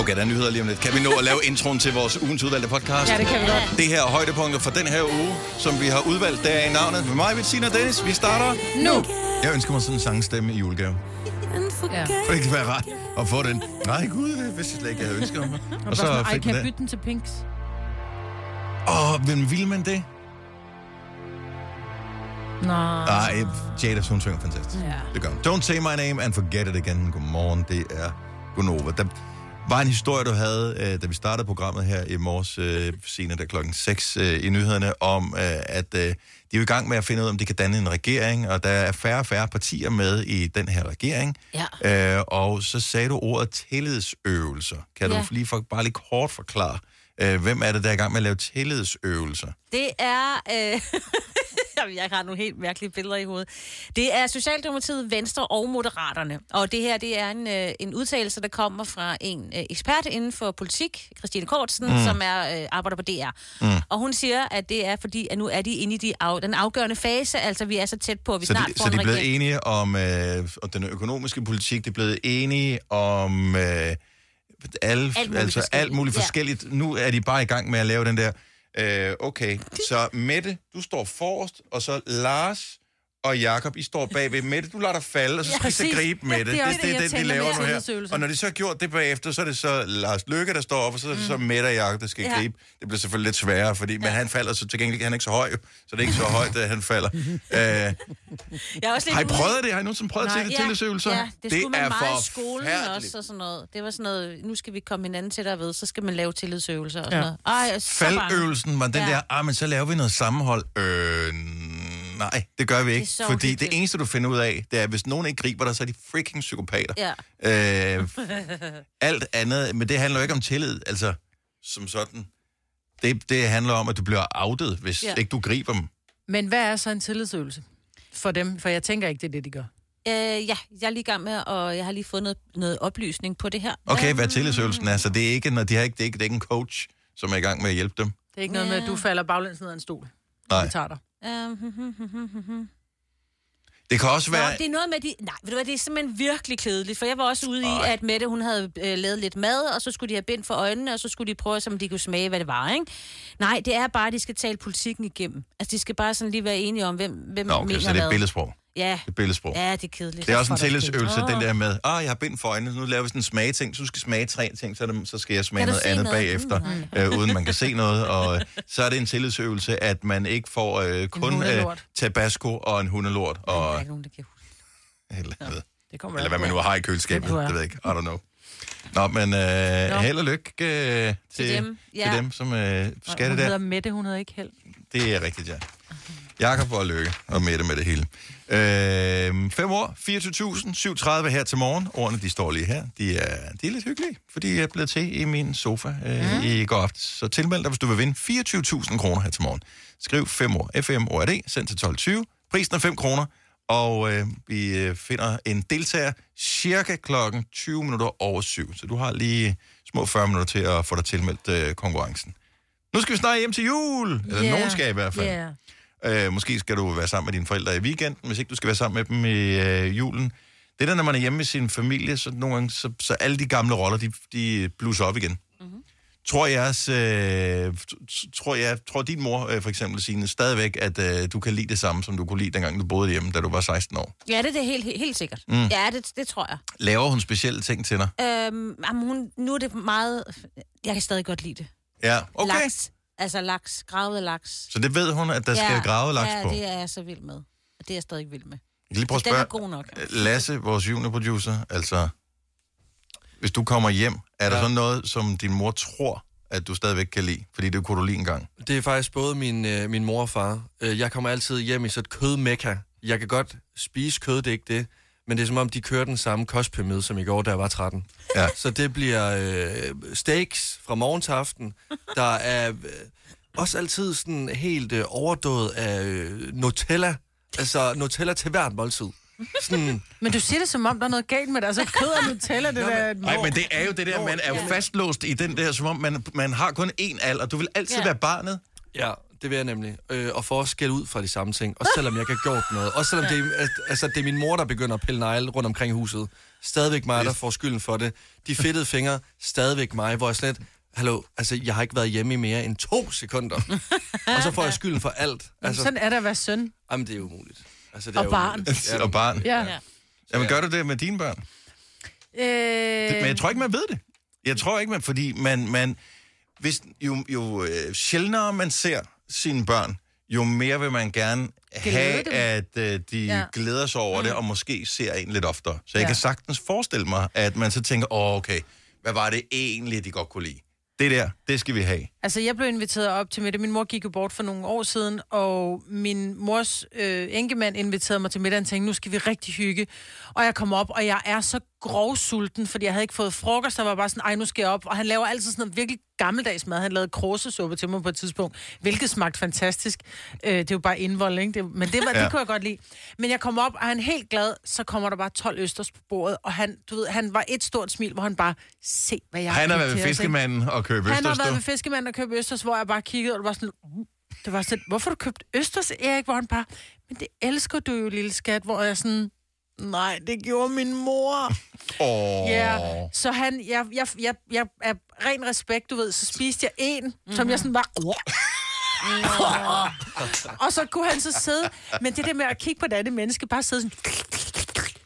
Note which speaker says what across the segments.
Speaker 1: Okay, der er nyheder lige om lidt. Kan vi nå at lave introen til vores ugens udvalgte podcast?
Speaker 2: Ja, det kan vi godt.
Speaker 1: Det her er højdepunkter for den her uge, som vi har udvalgt, der er i navnet med mig, Bettina og Dennis. Vi starter
Speaker 2: Nu.
Speaker 1: Jeg ønsker mig sådan en sangstemme i julegave.
Speaker 2: Ja.
Speaker 1: For det kan være rart at få den. Nej, gud, det vidste jeg slet ikke, jeg havde ønsket mig.
Speaker 3: Og så sådan, Ej,
Speaker 1: fik
Speaker 3: kan
Speaker 1: man
Speaker 3: jeg
Speaker 1: den.
Speaker 3: bytte den til Pinks?
Speaker 1: Åh, hvem ville man det?
Speaker 3: Nej.
Speaker 1: Nej, Jada, hun synger fantastisk.
Speaker 3: Ja.
Speaker 1: Det gør hun. Don't say my name and forget it again. Godmorgen, det er Gunova. Der var en historie, du havde, øh, da vi startede programmet her i morges, øh, senere der klokken 6 øh, i nyhederne, om øh, at øh, de er jo i gang med at finde ud af, om de kan danne en regering, og der er færre og færre partier med i den her regering. Ja. Øh, og så sagde du ordet tillidsøvelser. Kan ja.
Speaker 4: Ja.
Speaker 1: du lige for, bare lige kort forklare, øh, hvem er det, der er i gang med at lave tillidsøvelser?
Speaker 4: Det er... Øh... Jamen, jeg har nogle helt mærkelige billeder i hovedet. Det er Socialdemokratiet, Venstre og Moderaterne. Og det her, det er en, øh, en udtalelse, der kommer fra en øh, ekspert inden for politik, Christine Kortsen,
Speaker 5: Mm.
Speaker 4: mm. som er øh, arbejder på DR.
Speaker 5: Mm.
Speaker 4: Mm. Og hun siger, at det er fordi, at nu er de inde i de af, den afgørende fase, altså vi er så tæt på, at vi
Speaker 1: Så
Speaker 4: snart
Speaker 1: de,
Speaker 4: får
Speaker 1: så de er
Speaker 4: en regering.
Speaker 1: blevet enige om, øh, om den økonomiske politik, de er blevet enige om øh, alle, alt
Speaker 4: muligt
Speaker 1: altså alt muligt
Speaker 4: forskelligt, ja.
Speaker 1: forskelligt. Ja. Nu er de bare i gang med at lave den der, øh, okay, så Mette, du står forrest, og så Lars og Jakob, I står bagved. Mette, du lader dig falde, og så
Speaker 3: Ja,
Speaker 1: skal ja, I
Speaker 3: præcis.
Speaker 1: så gribe
Speaker 3: Ja,
Speaker 1: Mette.
Speaker 3: det er
Speaker 1: det,
Speaker 3: også
Speaker 1: det, det,
Speaker 3: det,
Speaker 1: det,
Speaker 3: jeg
Speaker 1: det, de
Speaker 3: tænker med
Speaker 1: laver nu her.
Speaker 3: tillidsøvelser.
Speaker 1: Og når de så har gjort det bagefter, så er det så Lars Løkke, der står op, og så er det så Mette og Jakob, der skal
Speaker 4: Ja.
Speaker 1: ja. gribe. Det bliver selvfølgelig lidt sværere, fordi, men han falder, så til gengæld han er ikke så høj, så det er ikke så højt, at han falder. Øh,
Speaker 4: Jeg er også lidt
Speaker 1: har I
Speaker 4: ude-
Speaker 1: prøvet det? Har I nogensinde prøvet til
Speaker 4: ja,
Speaker 1: tillidsøvelser?
Speaker 4: Ja, det, det skulle man
Speaker 1: er
Speaker 4: meget i skolen
Speaker 1: forfærdeligt.
Speaker 4: også og sådan noget. Det var sådan noget, nu skal vi komme hinanden tættere ved, så skal man lave tillidsøvelser og
Speaker 1: Ja.
Speaker 4: sådan noget. Ej, jeg er så bange.
Speaker 1: Faldøvelsen var den
Speaker 4: Ja.
Speaker 1: der, ah, men så laver vi noget sammenhold. Øh, nej, det gør vi ikke.
Speaker 4: så
Speaker 1: fordi det
Speaker 4: uhyggeligt.
Speaker 1: eneste, du finder ud af, det er, at hvis nogen ikke griber dig, så er de freaking psykopater.
Speaker 4: Ja.
Speaker 1: Øh, alt andet, men det handler jo ikke om tillid, altså som sådan. Det, det handler om, at du bliver outet, hvis
Speaker 3: Ja.
Speaker 1: ja. ikke du griber dem.
Speaker 3: Men hvad er så en tillidsøvelse for dem? For jeg tænker ikke, det er det, de gør.
Speaker 4: Øh, ja, jeg er lige i gang med, og jeg har lige fået noget, noget oplysning på det her.
Speaker 1: Okay, hvad tillidsøvelsen er, så det er ikke, når de har ikke, det er ikke, det er ikke en coach, som er i gang med at hjælpe dem.
Speaker 3: Det er ikke noget med, at du falder baglæns ned ad en stol.
Speaker 1: Nej.
Speaker 3: Vi tager dig.
Speaker 4: hm, Øhm,
Speaker 1: Det kan også
Speaker 4: Nå,
Speaker 1: være...
Speaker 4: det er noget med, de... Nej, ved du hvad, det er simpelthen virkelig kedeligt, for jeg var også ude i, at Mette, hun havde øh, lavet lidt mad, og så skulle de have bind for øjnene, og så skulle de prøve, som de kunne smage, hvad det var, ikke? Nej, det er bare, at de skal tale politikken igennem. Altså, de skal bare sådan lige være enige om, hvem, hvem
Speaker 1: Nå, okay,
Speaker 4: mener
Speaker 1: så det er
Speaker 4: hvad.
Speaker 1: billedsprog.
Speaker 4: Ja.
Speaker 1: Det er billedsprog.
Speaker 4: Ja, det er kedeligt.
Speaker 1: Det er også en tillidsøvelse, den der med, ah, jeg har bind for øjnene, så nu laver vi sådan en smageting, så du skal smage tre ting, så, er det, så skal jeg smage
Speaker 4: Kan du
Speaker 1: noget
Speaker 4: se
Speaker 1: andet
Speaker 4: noget?
Speaker 1: bagefter,
Speaker 4: Mm,
Speaker 1: øh, uden man kan se noget, og øh, så er det en tillidsøvelse, at man ikke får øh, kun øh,
Speaker 3: hundelort.
Speaker 1: tabasco og en hundelort, og
Speaker 4: nogen, der
Speaker 1: eller, andet.
Speaker 3: Det kommer
Speaker 1: eller hvad man nu har i køleskabet,
Speaker 3: Det kunne jeg.
Speaker 1: det ved jeg ikke, I don't know. Nå, men øh,
Speaker 3: Nå.
Speaker 1: held og lykke øh, til, til,
Speaker 3: dem,
Speaker 1: dem.
Speaker 3: ja.
Speaker 1: til dem, som øh, skal
Speaker 3: hun
Speaker 1: det der.
Speaker 3: hedder Mette, hun hedder ikke Held.
Speaker 1: Det er rigtigt, ja. Jakob og Løkke og Mette med det hele. Øh, 5 år, 24.000, 7.30 her til morgen. Ordene, de står lige her. De er, de er lidt hyggelige, fordi jeg blev til i min sofa øh, i går aftes. Så tilmeld dig, hvis du vil vinde 24.000 kroner her til morgen. Skriv 5 år, FM ORD, send til 12.20. Prisen er 5 kroner, og øh, vi øh, finder en deltager cirka klokken 20 minutter over 7. Så du har lige små 40 minutter til at få dig tilmeldt øh, konkurrencen. Nu skal vi snart hjem til jul. Eller yeah. nogen skal i hvert fald.
Speaker 3: Yeah.
Speaker 1: Øh, måske skal du være sammen med dine forældre i weekenden, hvis ikke du skal være sammen med dem i øh, julen. Det der, når man er hjemme med sin familie, så nogle gange, så, så alle de gamle roller, de, de blusser op igen. Mm-hmm.
Speaker 4: Mhm.
Speaker 1: Tror jeres, øh, t- tror jeg, tror din mor øh, for eksempel, Signe, stadigvæk, at øh, du kan lide det samme, som du kunne lide, dengang du boede hjemme, da du var 16 år?
Speaker 4: Ja, det er det helt, helt, helt sikkert.
Speaker 1: Mm.
Speaker 4: Mm. Ja, det, det tror jeg.
Speaker 1: Laver hun specielle ting til dig?
Speaker 4: Øhm, jamen, hun, nu er det meget... Jeg kan stadig godt lide det.
Speaker 1: Ja, okay.
Speaker 4: Laks. Altså laks. Gravet laks.
Speaker 1: Så det ved hun, at der ja. skal grave laks
Speaker 4: ja,
Speaker 1: på.
Speaker 4: Ja, det er jeg så vild med. Og det er jeg stadig vild med. Altså,
Speaker 1: Jeg kan lige prøve at
Speaker 4: Den
Speaker 1: spørge, Øh,
Speaker 4: er god nok.
Speaker 1: Lasse, vores juniorproducer, altså, hvis du kommer hjem, er der ja. så noget, som din mor tror, at du stadigvæk kan lide? Fordi det kunne du lige engang.
Speaker 6: Det er faktisk både min, øh, min mor og far. Øh, jeg kommer altid hjem i sådan et kødmekka. Jeg kan godt spise kød, det er ikke det. Men det er som om, de kører den samme kostpyramide som i går, da jeg var 13.
Speaker 1: Ja.
Speaker 6: Så det bliver øh, steaks fra morgen til aften. Der er øh, også altid sådan helt øh, overdået af øh, Nutella. Altså Nutella til hvert måltid. Sådan,
Speaker 3: Men du siger det, som om der er noget galt med det. Altså, kød og Nutella, det der...
Speaker 1: Nej, men det er jo det der, man er jo fastlåst i den der, som om man, man har kun én alder. Du vil altid ja. være barnet.
Speaker 6: Ja, det vil jeg nemlig. Øh, og for at skælde ud fra de samme ting. Også selvom jeg ikke har gjort noget. Også selvom det, er, altså, det er min mor, der begynder at pille negle rundt omkring i huset. Stadigvæk mig, der får skylden for det. De fedtede fingre, stadigvæk mig, hvor jeg slet... Hallo, altså, jeg har ikke været hjemme i mere end to sekunder. og så får jeg skylden for alt.
Speaker 3: Altså...
Speaker 6: Altså,
Speaker 3: Sådan er der at være søn.
Speaker 6: jamen, det er umuligt. Altså, det
Speaker 3: Og barn.
Speaker 6: umuligt.
Speaker 1: og barn.
Speaker 3: Ja.
Speaker 4: Ja.
Speaker 3: ja.
Speaker 1: Jamen, gør du det med dine børn?
Speaker 3: Øh,
Speaker 1: Men jeg tror ikke, man ved det. Jeg tror ikke, man... Fordi man... man hvis, jo jo øh, sjældnere man ser sine børn, jo mere vil man gerne
Speaker 3: Glæde
Speaker 1: have,
Speaker 3: dem.
Speaker 1: at øh, de ja.
Speaker 3: Ja.
Speaker 1: glæder sig over mm. det, og måske ser en lidt oftere. Så jeg ja.
Speaker 3: Ja.
Speaker 1: kan sagtens forestille mig, at man så tænker, åh, okay, hvad var det egentlig, de godt kunne lide? Det der, det skal vi have.
Speaker 3: Altså, jeg blev inviteret op til middag. Min mor gik jo bort for nogle år siden, og min mors øh, enkemand inviterede mig til middag og tænkte, nu skal vi rigtig hygge. Og jeg kom op, og jeg er så grovsulten, fordi jeg havde ikke fået frokost, og var bare sådan, ej, nu skal jeg op. Og han laver altid sådan noget virkelig gammeldags mad. Han lavede kråsesuppe til mig på et tidspunkt, hvilket smagte fantastisk. Øh, det er jo bare indvold, ikke? Det, men det, var,
Speaker 1: Ja.
Speaker 3: ja. det kunne jeg godt lide. Men jeg kom op, og han er helt glad, så kommer der bare 12 østers på bordet, og han, du ved, han var et stort smil, hvor han bare, se hvad jeg
Speaker 1: Han har været ved
Speaker 3: inviteret til."
Speaker 1: fiskemanden og købe
Speaker 3: altså Han har været
Speaker 1: østers.
Speaker 3: ved fiskemanden og købt østers, hvor jeg bare kiggede, og det var sådan... "Uh." Det var sådan, hvorfor har du købt østers, Erik? Hvor han bare, men det elsker du jo, lille skat. Hvor jeg sådan, nej, det gjorde min mor.
Speaker 1: Åh,
Speaker 3: Ja, yeah. så han, jeg, jeg, jeg, jeg er ren respekt, du ved, så spiste jeg en, mm-hmm. som
Speaker 1: Mhm.
Speaker 3: jeg sådan bare... og så kunne han så sidde, men det der med at kigge på det andet menneske, bare sidde sådan,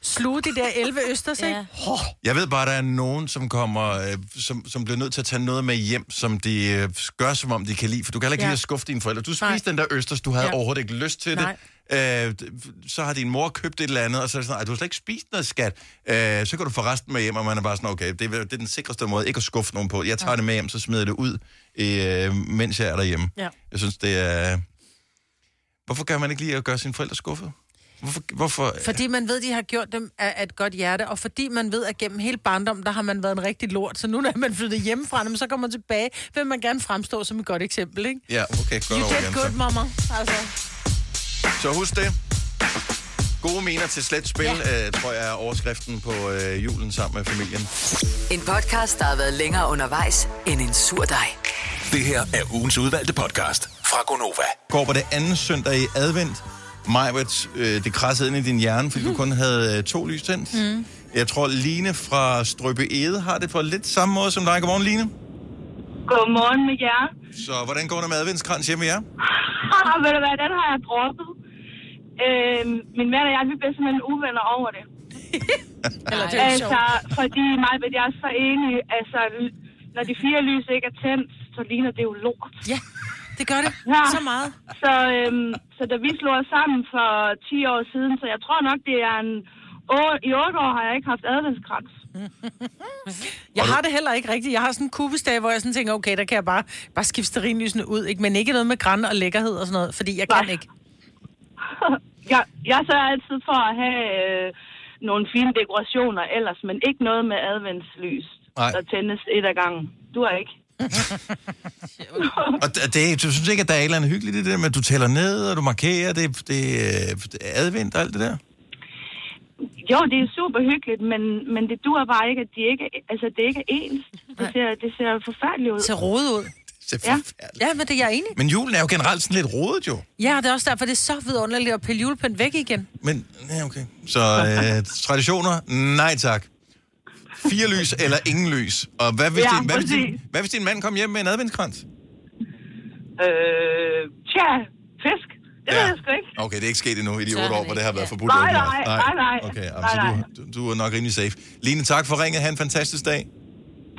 Speaker 3: sluge de der 11 østers, ikke?
Speaker 4: Ja.
Speaker 1: Jeg ved bare, der er nogen, som kommer, øh, som, som bliver nødt til at tage noget med hjem, som de øh, gør, som om de kan lide. For du kan heller ikke ja.
Speaker 3: Ja.
Speaker 1: lide at skuffe dine forældre. Du
Speaker 3: Nej.
Speaker 1: spiste den der østers, du havde ja.
Speaker 3: Ja.
Speaker 1: overhovedet ikke lyst til
Speaker 3: Nej.
Speaker 1: det. Øh, d- så har din mor købt et eller andet, og så er det sådan, "Ej, du har slet ikke spist noget, skat. Øh, så kan du få resten med hjem, og man er bare sådan, okay, det er, det er den sikreste måde ikke at skuffe nogen på. Jeg tager ja. det med hjem, så smider jeg det ud, øh, mens jeg er derhjemme.
Speaker 3: Ja.
Speaker 1: Jeg synes, det er... Hvorfor kan man ikke lide at gøre sine forældre skuffet? Hvorfor, hvorfor
Speaker 3: Fordi man ved, de har gjort dem af af et godt hjerte, og fordi man ved, at gennem hele barndommen, der har man været en rigtig lort. Så nu, når man flyttet hjemmefra, dem, så kommer man tilbage, vil man gerne fremstå som et godt eksempel, ikke?
Speaker 1: Ja, okay, godt
Speaker 3: You
Speaker 1: over
Speaker 3: did
Speaker 1: igen, så.
Speaker 3: good, mamma. Altså,
Speaker 1: Så husk det. Gode miner til slet spil, ja. øh, tror jeg er overskriften på øh, julen sammen med familien.
Speaker 2: En podcast, der har været længere undervejs end en sur dej.
Speaker 5: Det her er ugens udvalgte podcast fra Gonova.
Speaker 1: Går på det anden søndag i advent. Majbert, øh, det krassede ind i din hjerne, fordi du kun havde øh, to lys tændt. Mm. Jeg tror, Line fra Strøbe Ede har det på lidt samme måde som dig. Godmorgen, Line.
Speaker 7: Godmorgen med jer.
Speaker 1: Så hvordan går det med adventskrans hjemme ved jer?
Speaker 7: Haha, Ved du hvad, den har jeg droppet. Øh, min mand og jeg, vi bliver simpelthen uvenner over det.
Speaker 3: eller det er jo sjovt.
Speaker 7: Altså, fordi mig ved jeg er så enig. Altså, l- når de fire lys ikke er tændt, så ligner det jo lort.
Speaker 3: Ja, det gør det.
Speaker 7: Ja.
Speaker 3: Så meget.
Speaker 7: Så, øhm, så da vi slog os sammen for 10 år siden, så jeg tror nok, det er en... År, I 8 år har jeg ikke haft adventskrans.
Speaker 3: Jeg har det heller ikke rigtigt. Jeg har sådan en kubesdag, hvor jeg sådan tænker, okay, der kan jeg bare, bare skifte sterinlysene ud, ikke? men ikke noget med græn og lækkerhed og sådan noget, fordi jeg kan
Speaker 7: Nej.
Speaker 3: ikke.
Speaker 7: Jeg, jeg sørger altid for at have øh, nogle fine dekorationer ellers, men ikke noget med adventslys,
Speaker 1: Nej.
Speaker 7: der tændes et ad gangen. Du er ikke.
Speaker 1: Og d- det, du synes ikke, at der er et eller andet hyggeligt i det der med, at du tæller ned, og du markerer, det, det, øh, det er advent og alt det der?
Speaker 7: Jo, det er super hyggeligt, men, men det dur bare ikke, at de ikke, altså, det ikke er ens. Det ser, det ser forfærdeligt ud.
Speaker 3: Til rode ud.
Speaker 1: Det
Speaker 7: Ja.
Speaker 3: Ja, men det er jeg enig. i.
Speaker 1: Men julen er jo generelt sådan lidt rodet, jo.
Speaker 3: Ja, og det er også derfor, det er så vidunderligt at pille julepind væk igen.
Speaker 1: Men, ja, okay. Så øh, traditioner, nej tak. Fire lys eller ingen lys. Og hvad hvis,
Speaker 7: Ja,
Speaker 1: din, hvad, hvis din,
Speaker 7: præcis.
Speaker 1: hvad hvis din mand kom hjem med en adventskrans?
Speaker 7: Øh, tja, fisk. Det ja. ved jeg sgu ikke.
Speaker 1: Okay, det er ikke sket endnu i de
Speaker 4: Tør
Speaker 1: otte år,
Speaker 4: han
Speaker 1: hvor det har været
Speaker 4: ikke, ja.
Speaker 1: forbudt. at
Speaker 7: Nej,
Speaker 1: åbne op.
Speaker 7: nej, nej, nej.
Speaker 1: Okay, jamen,
Speaker 7: Nej,
Speaker 1: så du, du, du er nok rimelig safe. Line, tak for ringet. Ha' en fantastisk dag.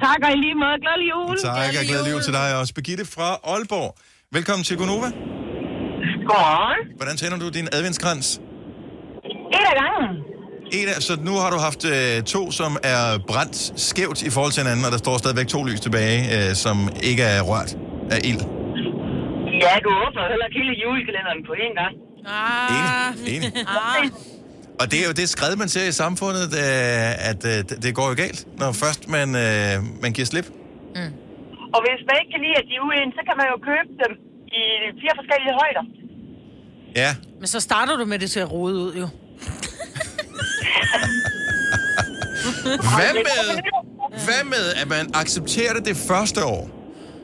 Speaker 7: Tak, og i lige måde. Glædelig jul.
Speaker 1: Tak, og glædelig jul til dig også. Birgitte fra Aalborg. Velkommen til Gonova.
Speaker 7: Godmorgen.
Speaker 1: Hvordan tænder du din adventskrans?
Speaker 7: Et ad gangen.
Speaker 1: En af, så nu har du haft øh, to, som er brændt skævt i forhold til hinanden, og der står stadigvæk to lys tilbage, øh, som ikke er rørt af ild.
Speaker 8: Ja, du åbner heller ikke hele julekalenderen på én gang.
Speaker 3: Ah,
Speaker 1: Enig, enig. Og det er jo det skred, man ser i samfundet, øh, at øh, det- det går jo galt, når først man, øh, man giver slip.
Speaker 8: Mm. Og hvis man ikke kan lide, at de er uenige, så kan man jo købe dem i fire forskellige højder.
Speaker 1: Ja,
Speaker 3: men så starter du med, at det ser rodet ud, jo.
Speaker 1: Hvad med, hvad med, at man accepterer det det første år,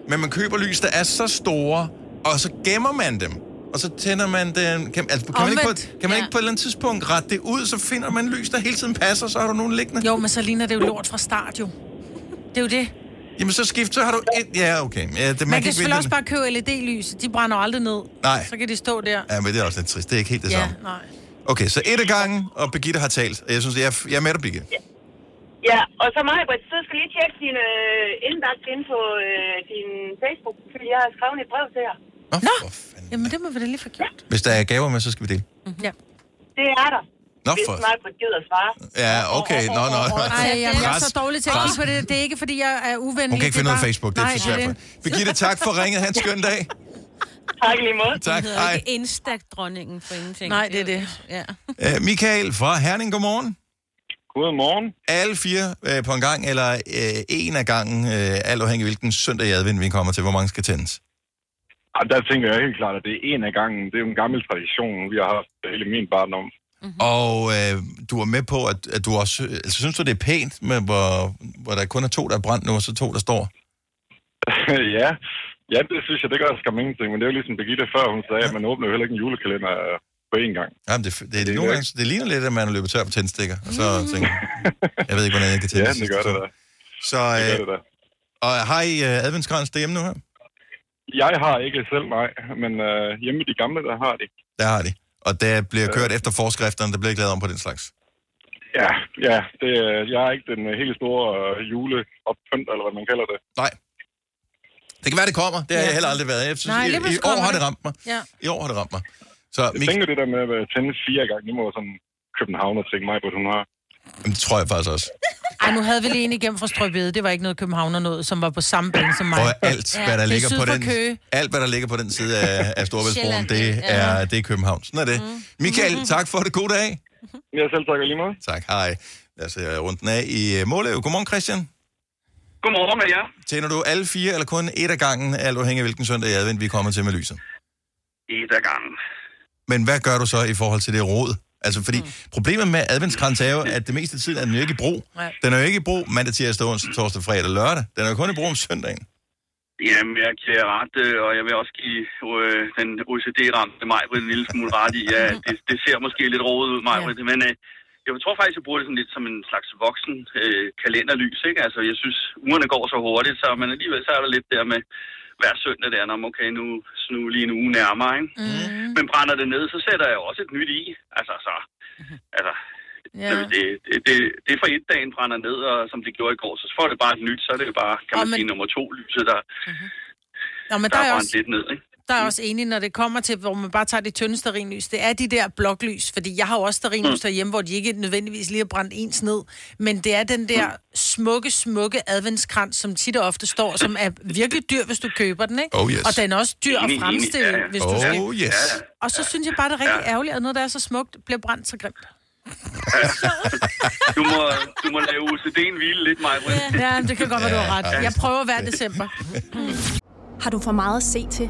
Speaker 1: men man køber lys, der er så store, og så gemmer man dem, og så tænder man den... Kan, altså, kan man, ikke på,
Speaker 3: Omvendt.
Speaker 1: kan man
Speaker 4: Ja.
Speaker 1: ikke på et eller andet tidspunkt rette det ud, så finder man lys, der hele tiden passer, så har du nogen liggende?
Speaker 3: Jo, men så ligner det jo lort fra start, jo. Det er jo det. Man,
Speaker 1: Jamen, så skift, så har du et... Ja, okay. Ja, det, man,
Speaker 3: man
Speaker 1: ikke
Speaker 3: kan selvfølgelig
Speaker 1: vinde
Speaker 3: også
Speaker 1: den.
Speaker 3: bare købe LED-lys. De brænder jo aldrig ned.
Speaker 1: Nej.
Speaker 3: Så kan de stå der.
Speaker 1: Ja, men det er også lidt trist. Det er ikke helt det
Speaker 3: Ja,
Speaker 1: samme.
Speaker 3: nej.
Speaker 1: Okay, så et af gangen, og Birgitte har talt. Og Jeg synes, jeg, er- jeg er med dig, Birgitte.
Speaker 8: Ja, og så mig, Britt, så skal jeg lige tjekke din øh, indbagt ind på øh, din Facebook, fordi jeg har skrevet et brev til jer.
Speaker 1: Nå,
Speaker 3: Nå.
Speaker 1: for fanden.
Speaker 3: Jamen, det må vi da lige få gjort.
Speaker 1: Hvis der er gaver med, så skal vi dele.
Speaker 3: Ja.
Speaker 8: Det er der.
Speaker 1: Nå,
Speaker 8: Hvis
Speaker 1: for...
Speaker 8: mig, Britt, gider at svare.
Speaker 1: Ja, okay. Nå, nå.
Speaker 3: Nej, jeg er
Speaker 1: Pres.
Speaker 3: så dårlig til at
Speaker 1: Pres.
Speaker 3: kigge på det. Det er ikke, fordi jeg er uvenlig.
Speaker 1: Hun kan ikke
Speaker 3: Det er
Speaker 1: finde noget
Speaker 3: bare-
Speaker 1: Facebook, det er for svært.
Speaker 3: det
Speaker 1: for hende. Birgitte, tak for ringet. Ha' en skøn dag.
Speaker 8: Tak i lige måde.
Speaker 1: Tak,
Speaker 4: hedder
Speaker 1: hej.
Speaker 4: ikke Instag-dronningen for ingenting.
Speaker 3: Nej, det er
Speaker 4: jo-
Speaker 3: det.
Speaker 4: Ja.
Speaker 1: Øh, Michael fra Herning, godmorgen.
Speaker 9: Godmorgen.
Speaker 1: Alle fire øh, på en gang, eller øh, en af gangen, øh, alt afhængig af hvilken søndag i advent vi kommer til, hvor mange skal tændes.
Speaker 3: Mhm.
Speaker 9: Og der tænker jeg helt klart, at det er en af gangen. Det er jo en gammel tradition, vi har haft hele min barndom.
Speaker 1: Mm-hmm. Og øh, du er med på, at, at du også... øh, Altså, synes du, det er pænt, med, hvor, hvor der kun er to, der er brændt nu, og så to, der står?
Speaker 9: ja. ja, det synes jeg, det gør skam ingenting. Men det er jo ligesom Birgitte før, hun sagde, at man åbner jo heller ikke en julekalender øh, på én gang.
Speaker 1: Jamen, det, det, det,
Speaker 9: er
Speaker 1: nogle
Speaker 9: jo Mhm.
Speaker 1: gange, det ligner lidt, at man er løbet tør på tændstikker. Og så tænker jeg, jeg ved ikke, hvordan jeg kan tænde de
Speaker 9: Ja, det
Speaker 1: sidste
Speaker 9: gør det
Speaker 1: to.
Speaker 9: da.
Speaker 1: Så
Speaker 9: Det gør
Speaker 1: øh,
Speaker 9: det da.
Speaker 1: og har I øh, adventskrans derhjemme nu her?
Speaker 9: Jeg har ikke selv, nej. Men øh, hjemme i de gamle, der har de.
Speaker 1: Der har de. Og der bliver kørt efter forskrifterne, der bliver ikke lavet om på den slags.
Speaker 9: Ja, ja. Det, øh, jeg er ikke den øh, helt store øh, juleoppynt, eller hvad man kalder det.
Speaker 1: Nej. Det kan være, det kommer. Det har jeg heller aldrig været. Jeg synes,
Speaker 3: Nej,
Speaker 1: Nej,
Speaker 3: lige
Speaker 1: i, i
Speaker 3: pludselig
Speaker 1: år
Speaker 3: kommer
Speaker 1: har det
Speaker 3: det.
Speaker 1: ramt mig.
Speaker 3: Ja.
Speaker 1: I år har det ramt mig. Så
Speaker 9: Jeg
Speaker 1: Mik-
Speaker 9: tænker det der med at tænde fire gange, det må være sådan København og tænke mig, på, hun har.
Speaker 1: Jamen, det tror jeg faktisk også.
Speaker 3: Ej, nu havde vi lige en igennem fra Strøbede. Det var ikke noget københavner noget, som var på samme bane som mig.
Speaker 1: Og alt,
Speaker 4: Ja,
Speaker 1: hvad der
Speaker 3: det er
Speaker 1: ligger
Speaker 3: syd
Speaker 1: på
Speaker 3: for
Speaker 1: den,
Speaker 3: Køge.
Speaker 1: alt, hvad der ligger på den side af, af Storebæltsbroen,
Speaker 4: Sjælland.
Speaker 1: det
Speaker 4: Ja.
Speaker 1: er, det er København. Sådan er det.
Speaker 3: Mm.
Speaker 1: Michael,
Speaker 3: Mm-hmm.
Speaker 1: tak for det. God dag.
Speaker 9: Jeg selv takker lige måde.
Speaker 1: Tak, hej. Lad os øh, runde den af i øh, Måløv. Godmorgen, Christian.
Speaker 9: Godmorgen med jer.
Speaker 1: Tænder du alle fire, eller kun et af gangen, alt afhængig af hvilken søndag i advent, vi kommer til med lyset?
Speaker 9: Et af gangen.
Speaker 1: Men hvad gør du så i forhold til det råd? Altså, fordi mm. problemet med adventskrans er jo, at det meste af tiden er den jo ikke i brug.
Speaker 3: Nej.
Speaker 1: Den er jo ikke i brug mandag, tirsdag, onsdag, torsdag, fredag og lørdag. Den er jo kun i brug om søndagen.
Speaker 9: Jamen, jeg giver jer ret, øh, og jeg vil også give øh, den OCD-ramte Majbrit en lille smule ret i. Ja, det, det ser måske lidt rodet ud, Majbrit, ja. men øh, jeg tror faktisk, jeg bruger det sådan lidt som en slags voksen øh, kalenderlys. Ikke? Altså, jeg synes, ugerne går så hurtigt, så man alligevel så er der lidt der med hver søndag der, når man okay, nu snu lige en uge nærmere. Ikke? Mm. Men brænder det ned, så sætter jeg også et nyt i. Altså, så, altså
Speaker 3: Ja.
Speaker 9: ja. det, det, det, det er for et dagen brænder ned, og som det gjorde i går, så får det bare et nyt, så er det jo bare, kan
Speaker 3: Og
Speaker 9: man
Speaker 3: men-
Speaker 9: sige, nummer to lyset, der,
Speaker 3: Nå, men
Speaker 9: der
Speaker 3: der
Speaker 9: er
Speaker 3: er,
Speaker 9: brændt
Speaker 3: også,
Speaker 9: lidt ned, ikke?
Speaker 3: der er også enig, når det kommer til, hvor man bare tager det tynde sterinlys. Det er de der bloklys, fordi jeg har jo også
Speaker 9: Mm.
Speaker 3: sterinlys derhjemme, hvor de ikke nødvendigvis lige har brændt ens ned. Men det er den der smukke, smukke adventskrans, som tit og ofte står, som er virkelig dyr, hvis du køber den, ikke?
Speaker 1: Oh, yes.
Speaker 3: Og den er også dyr at
Speaker 9: Enig, enig, ja,
Speaker 3: fremstille,
Speaker 9: ja.
Speaker 3: hvis du skal.
Speaker 1: Oh yes.
Speaker 3: Og så synes jeg bare, det er rigtig ærgerligt, at noget, der er så smukt, bliver brændt så grimt.
Speaker 9: Du må, du må lade OCD'en hvile lidt, Maja. Ja.
Speaker 3: Ja, men det kan godt være, du
Speaker 1: Ja,
Speaker 3: har ret. Jeg prøver hver december.
Speaker 10: Har du for meget at se til?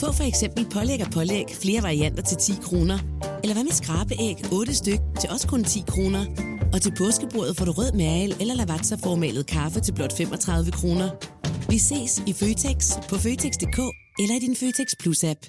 Speaker 11: Få for eksempel pålæg og pålæg flere varianter til 10 kroner. Eller hvad med skrabeæg 8 styk til også kun 10 kroner. Og til påskebordet får du rød mal eller lavatserformalet kaffe til blot 35 kroner. Vi ses i Føtex på Føtex.dk eller i din Føtex Plus-app.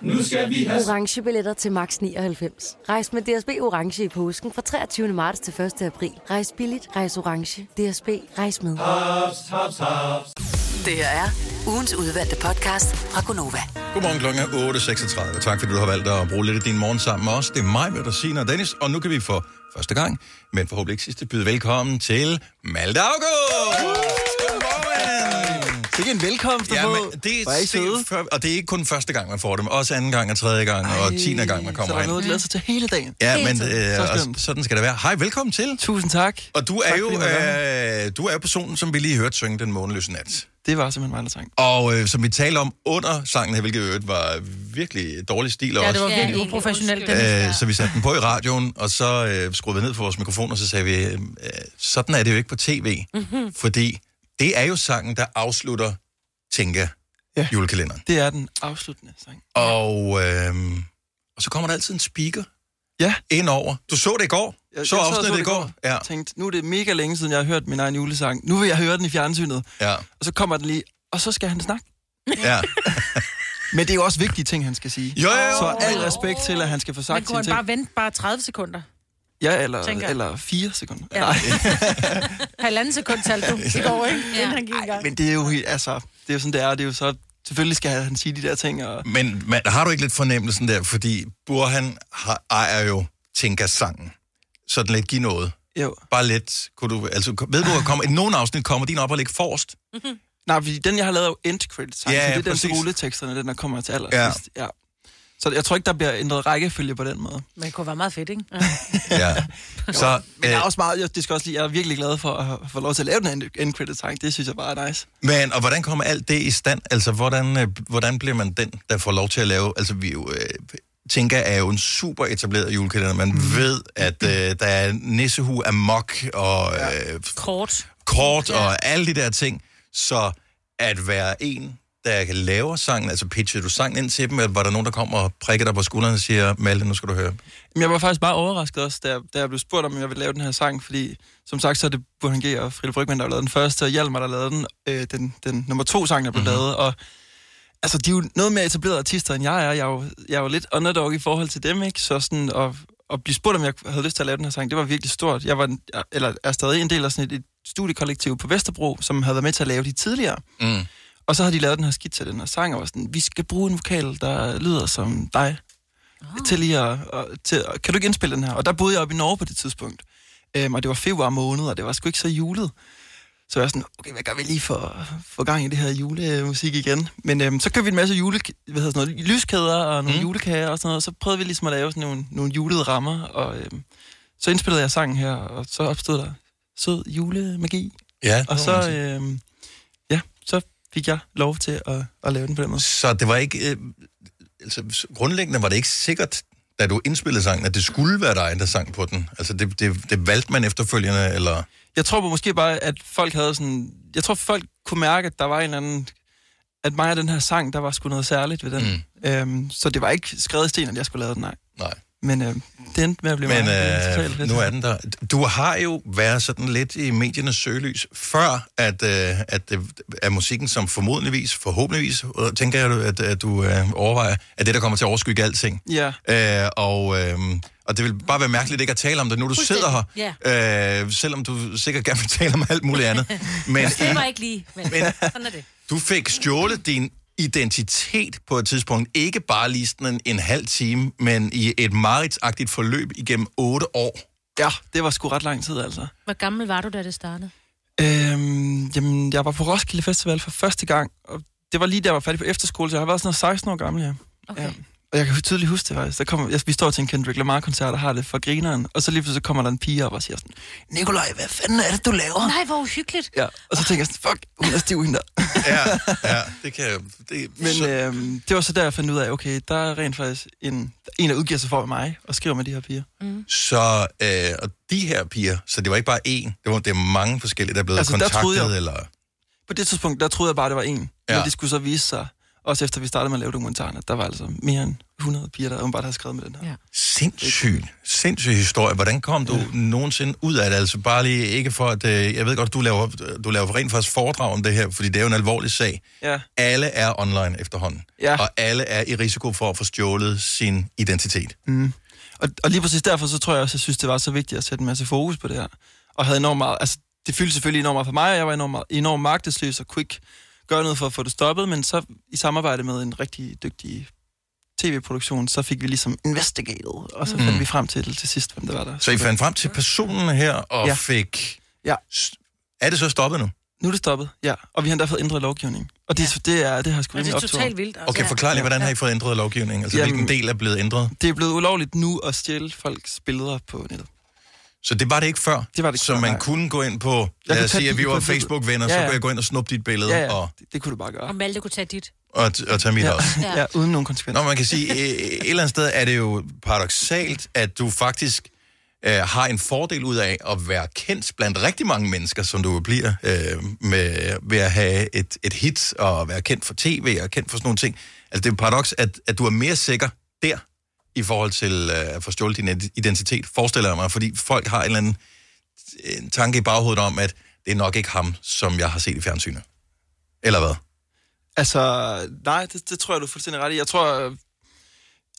Speaker 5: Nu skal vi have
Speaker 11: Orange billetter til max 99. Rejs med DSB Orange i påsken fra 23. marts til 1. april. Rejs billigt, rejs orange. DSB, rejs med.
Speaker 5: haps, haps.
Speaker 2: Det her er ugens udvalgte podcast fra Gonova.
Speaker 1: Godmorgen klokken er 8.36. Tak fordi du har valgt at bruge lidt af din morgen sammen med os. Det er mig, med Sina og Dennis, og nu kan vi for første gang, men forhåbentlig ikke sidste, byde velkommen til Malte August!
Speaker 12: Det er en velkomst at
Speaker 1: Ja,
Speaker 12: få.
Speaker 1: men det
Speaker 12: Hvor er I søde.
Speaker 1: er, før, og det er ikke kun første gang, man får dem. Også anden gang og tredje gang og tiende gang, man
Speaker 12: Så
Speaker 1: kommer
Speaker 12: der er noget at
Speaker 1: ind.
Speaker 12: glæde sig til hele dagen.
Speaker 1: Ja,
Speaker 12: Hele
Speaker 1: men
Speaker 12: tiden.
Speaker 1: øh,
Speaker 12: Så
Speaker 1: og
Speaker 12: skønt.
Speaker 1: sådan skal det være. Hej, velkommen til.
Speaker 12: Tusind tak.
Speaker 1: Og du er
Speaker 12: Tak,
Speaker 1: jo
Speaker 12: fordi I måtte
Speaker 1: øh, du er jo personen, som vi lige hørte synge Den måneløse nat.
Speaker 12: Det var simpelthen mig, der sang.
Speaker 1: Og øh, som vi talte om under sangen her, hvilket i øvrigt var virkelig dårlig stil
Speaker 3: Ja, det
Speaker 1: også.
Speaker 3: var virkelig uprofessionelt.
Speaker 1: Øh, så vi satte den på i radioen, og så øh, skruede vi ned for vores mikrofon, og så sagde vi, øh, øh, sådan er det jo ikke på tv,
Speaker 12: Mhm.
Speaker 1: fordi det er jo sangen, der afslutter Tænker ja. julekalenderen.
Speaker 12: Det er den afsluttende sang.
Speaker 1: Og, øh, og så kommer der altid en speaker
Speaker 12: ja.
Speaker 1: ind over. Du så det i går,
Speaker 12: Jeg-
Speaker 1: så
Speaker 12: jeg sad og
Speaker 1: afsnittet i går. Ja.
Speaker 12: Jeg tænkte, nu er det mega længe siden, jeg har hørt min egen julesang. Nu vil jeg høre den i fjernsynet.
Speaker 1: Ja.
Speaker 12: Og så kommer den lige, og så skal han snakke.
Speaker 1: ja.
Speaker 12: Men det er jo også vigtige ting, han skal sige.
Speaker 1: Jo, jo, jo.
Speaker 12: Så al respekt til, at han skal få
Speaker 3: Man
Speaker 12: sagt
Speaker 3: kunne
Speaker 12: sine
Speaker 3: han
Speaker 12: ting.
Speaker 3: bare vente bare 30 sekunder.
Speaker 12: Ja, eller,
Speaker 3: tænker jeg.
Speaker 12: eller fire sekunder.
Speaker 3: Ja.
Speaker 12: Nej.
Speaker 3: Halvanden sekund talte du i går, ikke? Ja. Inden han gik i gang.
Speaker 12: Men det er jo helt, altså, det er jo sådan, det er. Det er jo så, selvfølgelig skal han sige de der ting. Og...
Speaker 1: Men man, har du ikke lidt fornemmelsen der, fordi Burhan har, ejer jo Tinkas sangen. Sådan lidt, giv noget.
Speaker 12: Jo.
Speaker 1: Bare lidt. Kunne du, altså, kom- ved du, at komme, i nogle afsnit kommer din op og ligge forrest?
Speaker 12: Nej, fordi den, jeg har lavet, er jo end credits
Speaker 1: Ja,
Speaker 12: ja, så
Speaker 1: ja,
Speaker 12: det er den til
Speaker 1: præcis.
Speaker 12: rulleteksterne, den der kommer til allersidst. Ja. ja. Så jeg tror ikke, der bliver ændret rækkefølge på den måde.
Speaker 3: Men det kunne være meget fedt, ikke?
Speaker 1: Ja. Så,
Speaker 12: Men jeg er
Speaker 1: øh,
Speaker 12: også meget, jeg, det skal også lige, jeg er virkelig glad for at have- få lov til at lave den end, end credits sang. Det synes jeg bare er nice.
Speaker 1: men, og hvordan kommer alt det i stand? Altså, hvordan, øh, hvordan bliver man den, der får lov til at lave... Altså, vi er jo... Øh, Tinka er jo en super etableret julekalender. Man mm. ved, at øh, der er nissehue amok og... Øh,
Speaker 4: kort.
Speaker 1: Kort og alle de der ting. Så at være en, der kan lave sangen, altså pitchede du sangen ind til dem, eller var der nogen, der kom og prikkede dig på skulderen og siger, Malte, nu skal du høre.
Speaker 12: Men jeg var faktisk bare overrasket også, da jeg, da jeg blev spurgt, om jeg ville lave den her sang, fordi som sagt, så er det Burhan G. og Frille Brygman, der har lavet den første, og Hjalmar, der lavede den, øh, den, den nummer to sang, der blev mm-hmm. lavet, og altså, de er jo noget mere etablerede artister, end jeg er. Jeg er jo, jeg er jo lidt underdog i forhold til dem, ikke? Så sådan, og, at blive spurgt, om jeg havde lyst til at lave den her sang, det var virkelig stort. Jeg var, en- eller er stadig en del af sådan et, et studiekollektiv på Vesterbro, som havde været med til at lave de tidligere.
Speaker 1: Mm.
Speaker 12: Og så har de lavet den her skit til den her sang, og var sådan, vi skal bruge en vokal, der lyder som dig. Oh. Til lige at, og, til, og, kan du ikke indspille den her? Og der boede jeg oppe i Norge på det tidspunkt. Øhm, og det var februar måned, og det var sgu ikke så julet. Så jeg var sådan, okay, hvad gør vi lige for at få gang i det her julemusik igen? Men øhm, så købte vi en masse jule, hvad hedder sådan noget, lyskæder og nogle mm. julekager og sådan noget, og så prøvede vi ligesom at lave sådan nogle, nogle julede rammer, og øhm, så indspillede jeg sangen her, og så opstod der sød julemagi.
Speaker 1: Ja,
Speaker 12: og
Speaker 1: det må man
Speaker 12: så,
Speaker 1: sige.
Speaker 12: øhm, ja, så fik jeg lov til at, at lave den på den måde.
Speaker 1: Så det var ikke... Øh, altså, s- grundlæggende var det ikke sikkert, da du indspillede sangen, at det skulle være dig, der sang på den. Altså, det, det, det valgte man efterfølgende, eller...
Speaker 12: Jeg tror måske bare, at folk havde sådan... Jeg tror, folk kunne mærke, at der var en eller anden... At mig og den her sang, der var sgu noget særligt ved den. Mm. Øhm, så det var ikke skrevet i sten, at jeg skulle lave den, nej.
Speaker 1: Nej.
Speaker 12: Men øhm, det endte med at blive
Speaker 1: Men
Speaker 12: mig. Det er totalt
Speaker 1: øh,
Speaker 12: fedt.
Speaker 1: nu er den der. Du har jo været sådan lidt i mediernes søgelys, før at, øh, at det er musikken, som formodentligvis, forhåbentligvis, øh, tænker jeg, at, at du øh, overvejer, at det, der kommer til at overskygge alting.
Speaker 12: Ja.
Speaker 1: Øh, og, øh, og det vil bare være mærkeligt ikke at tale om det, nu du sidder her. Ja. Øh, selvom du sikkert gerne vil tale om alt muligt andet. Men
Speaker 4: Men, det var ikke lige, men, men sådan er det.
Speaker 1: du fik stjålet din identitet på et tidspunkt. Ikke bare lige sådan en, en halv time, men i et mareridsagtigt forløb igennem otte år.
Speaker 12: Ja, det var sgu ret lang tid, altså.
Speaker 4: Hvor gammel var du, da det startede?
Speaker 12: Øhm, jamen, jeg var på Roskilde Festival for første gang, og det var lige da jeg var færdig på efterskole, så jeg har været sådan noget 16 år gammel, ja.
Speaker 4: Okay.
Speaker 12: ja. Og jeg kan tydeligt huske det faktisk. Der kommer, jeg, vi står til en Kendrick Lamar-koncert og har det for grineren, og så lige pludselig kommer der en pige op og siger sådan, Nikolaj, hvad fanden er det, du laver?
Speaker 4: Nej, hvor uhyggeligt.
Speaker 12: Ja, og så tænker jeg sådan, fuck, hun er stiv hende der.
Speaker 1: ja, ja, det kan jeg... Det,
Speaker 12: Men øhm, det var så der, jeg fandt ud af, okay, der er rent faktisk en, en der udgiver sig for mig, og skriver med de her piger.
Speaker 4: Mm.
Speaker 1: Så, øh, og de her piger, så det var ikke bare én, det var, det var mange forskellige, der blev altså,
Speaker 12: Altså, der
Speaker 1: kontaktet,
Speaker 12: troede
Speaker 1: der
Speaker 12: jeg-
Speaker 1: eller...
Speaker 12: På det tidspunkt, der troede jeg bare, det var en.
Speaker 1: Ja.
Speaker 12: Ja. Men det skulle så vise sig, også efter vi startede med at lave dokumentaren, at der var altså mere end 100 piger, der åbenbart havde skrevet med den her. Ja.
Speaker 1: Sindssyg, sindssyg historie. Hvordan kom du ja. nogensinde ud af det? Altså bare lige, ikke for at... Øh, jeg ved godt, du laver, du laver rent faktisk foredrag om det her, fordi det er jo en alvorlig sag.
Speaker 12: Ja.
Speaker 1: Alle er online efterhånden. Ja. Og alle er i risiko for at få stjålet sin identitet.
Speaker 12: Mm. Og, og lige præcis derfor, så tror jeg også, jeg synes, det var så vigtigt at sætte en masse fokus på det her. Og havde enormt meget, altså det fyldte selvfølgelig enormt meget for mig, og jeg var enormt, meget- enormt magtesløs og kunne ikke, gøre noget for at få det stoppet, men så i samarbejde med en rigtig dygtig tv-produktion, så fik vi ligesom investigated, og så fandt
Speaker 1: Mm.
Speaker 12: vi frem til til sidst, hvem det var der.
Speaker 1: Så I fandt frem til personen her og
Speaker 12: Ja.
Speaker 1: ja. fik...
Speaker 12: Ja.
Speaker 1: Er det så stoppet nu?
Speaker 12: Nu er det stoppet, ja. Og vi har endda fået ændret lovgivning. Og det, ja. det, er, det har sgu
Speaker 3: Og det er
Speaker 12: rimelig optur.
Speaker 3: totalt vildt.
Speaker 1: Okay,
Speaker 4: Altså,
Speaker 1: forklar lige, hvordan har I fået ændret lovgivningen? Altså,
Speaker 12: Jamen-
Speaker 1: hvilken del er blevet ændret?
Speaker 12: Det er blevet ulovligt nu at stjæle folks billeder på nettet.
Speaker 1: Så det var det ikke før?
Speaker 12: Det var det ikke
Speaker 1: så
Speaker 12: før,
Speaker 1: man
Speaker 12: nej.
Speaker 1: kunne gå ind på...
Speaker 12: Jeg
Speaker 1: Lad
Speaker 12: kunne
Speaker 1: os
Speaker 12: tage
Speaker 1: sige, at vi
Speaker 12: dit
Speaker 1: var
Speaker 12: på billedet.
Speaker 1: Facebook-venner,
Speaker 12: Ja,
Speaker 1: så
Speaker 12: ja.
Speaker 1: kunne jeg gå ind og snuppe dit billede
Speaker 12: Ja, ja.
Speaker 1: Og,
Speaker 12: Det, det kunne du bare
Speaker 4: Og
Speaker 12: gøre.
Speaker 4: Malte kunne tage dit.
Speaker 1: og, og tage mit
Speaker 12: ja.
Speaker 1: også.
Speaker 12: Ja. ja, uden nogen konsekvenser.
Speaker 1: Nå, man kan sige, øh, et eller andet sted er det jo paradoxalt, at du faktisk øh, har en fordel ud af at være kendt blandt rigtig mange mennesker, som du jo bliver øh, med, ved at have et, et hit og være kendt for tv og kendt for sådan nogle ting. Altså, det er jo et paradoks, at, at du er mere sikker der i forhold til øh, at få stjålet din ident- identitet, forestiller jeg mig, fordi folk har en eller anden øh, en tanke i baghovedet om, at det er nok ikke ham, som jeg har set i fjernsynet. Eller hvad?
Speaker 12: Altså, nej, det, det tror jeg, du er fuldstændig ret i. Jeg tror, øh,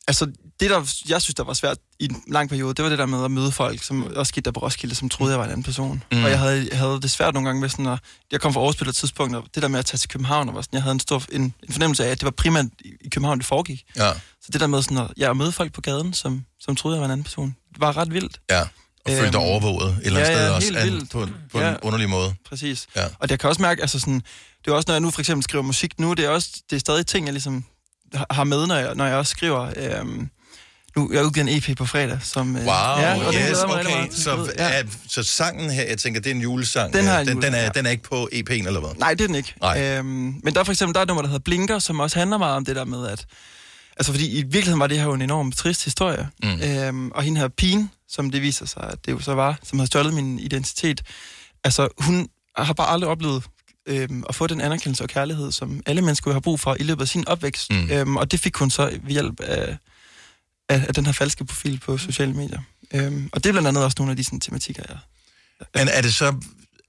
Speaker 12: altså, det der, jeg synes, der var svært i en lang periode, det var det der med at møde folk, som også skete der på Roskilde, som troede, jeg var en anden person.
Speaker 13: Mm.
Speaker 12: Mm. Og jeg havde, jeg havde det svært nogle gange med sådan, at jeg kom fra Aarhus på et tidspunkt, og det der med at tage til København, og var sådan, jeg havde en stor en, en fornemmelse af, at det var primært i i København, det foregik.
Speaker 1: Ja.
Speaker 12: Så det der med sådan, at jeg møde folk på gaden, som, som troede, jeg var en anden person, var ret vildt.
Speaker 1: Ja, og følte
Speaker 12: Øhm,
Speaker 1: dig overvåget et eller andet
Speaker 12: ja,
Speaker 1: sted
Speaker 12: ja,
Speaker 1: også,
Speaker 12: helt
Speaker 1: an-
Speaker 12: vildt.
Speaker 1: på, en- på ja.
Speaker 12: Ja.
Speaker 1: en underlig måde.
Speaker 12: Præcis.
Speaker 1: Ja.
Speaker 12: Og jeg kan også mærke, altså sådan, det er også, når jeg nu for eksempel skriver musik nu, det er, også, det er stadig ting, jeg ligesom har- har med, når jeg, når jeg også skriver... Øhm, nu, jeg har udgivet en EP på fredag, som... øh,
Speaker 1: Wow,
Speaker 12: ja, og den
Speaker 1: yes,
Speaker 12: glæder jeg mig rigtig
Speaker 1: okay.
Speaker 12: meget til.
Speaker 1: Så, er, så sangen her, jeg tænker, det er en julesang.
Speaker 12: Den
Speaker 1: øh,
Speaker 12: har en
Speaker 1: den, den,
Speaker 12: julesang,
Speaker 1: er,
Speaker 12: ja.
Speaker 1: den er ikke på EP'en eller hvad?
Speaker 12: Nej, det er den ikke.
Speaker 1: Nej.
Speaker 12: Øhm, men der er for eksempel der er et nummer, der hedder Blinker, som også handler meget om det der med, at... Altså, fordi i virkeligheden var det her jo en enorm trist historie.
Speaker 1: Mm.
Speaker 12: Øhm, og hende her pigen, som det viser sig, at det jo så var, som havde stjålet min identitet, altså, hun har bare aldrig oplevet øhm, at få den anerkendelse og kærlighed, som alle mennesker jo har brug for i løbet af sin opvækst.
Speaker 1: Mm.
Speaker 12: Mm. Øhm, og det fik hun så ved hjælp af, af, af den her falske profil på sociale medier. Øhm, og det er blandt andet også nogle af de sådan, tematikker, jeg
Speaker 1: Men er det så...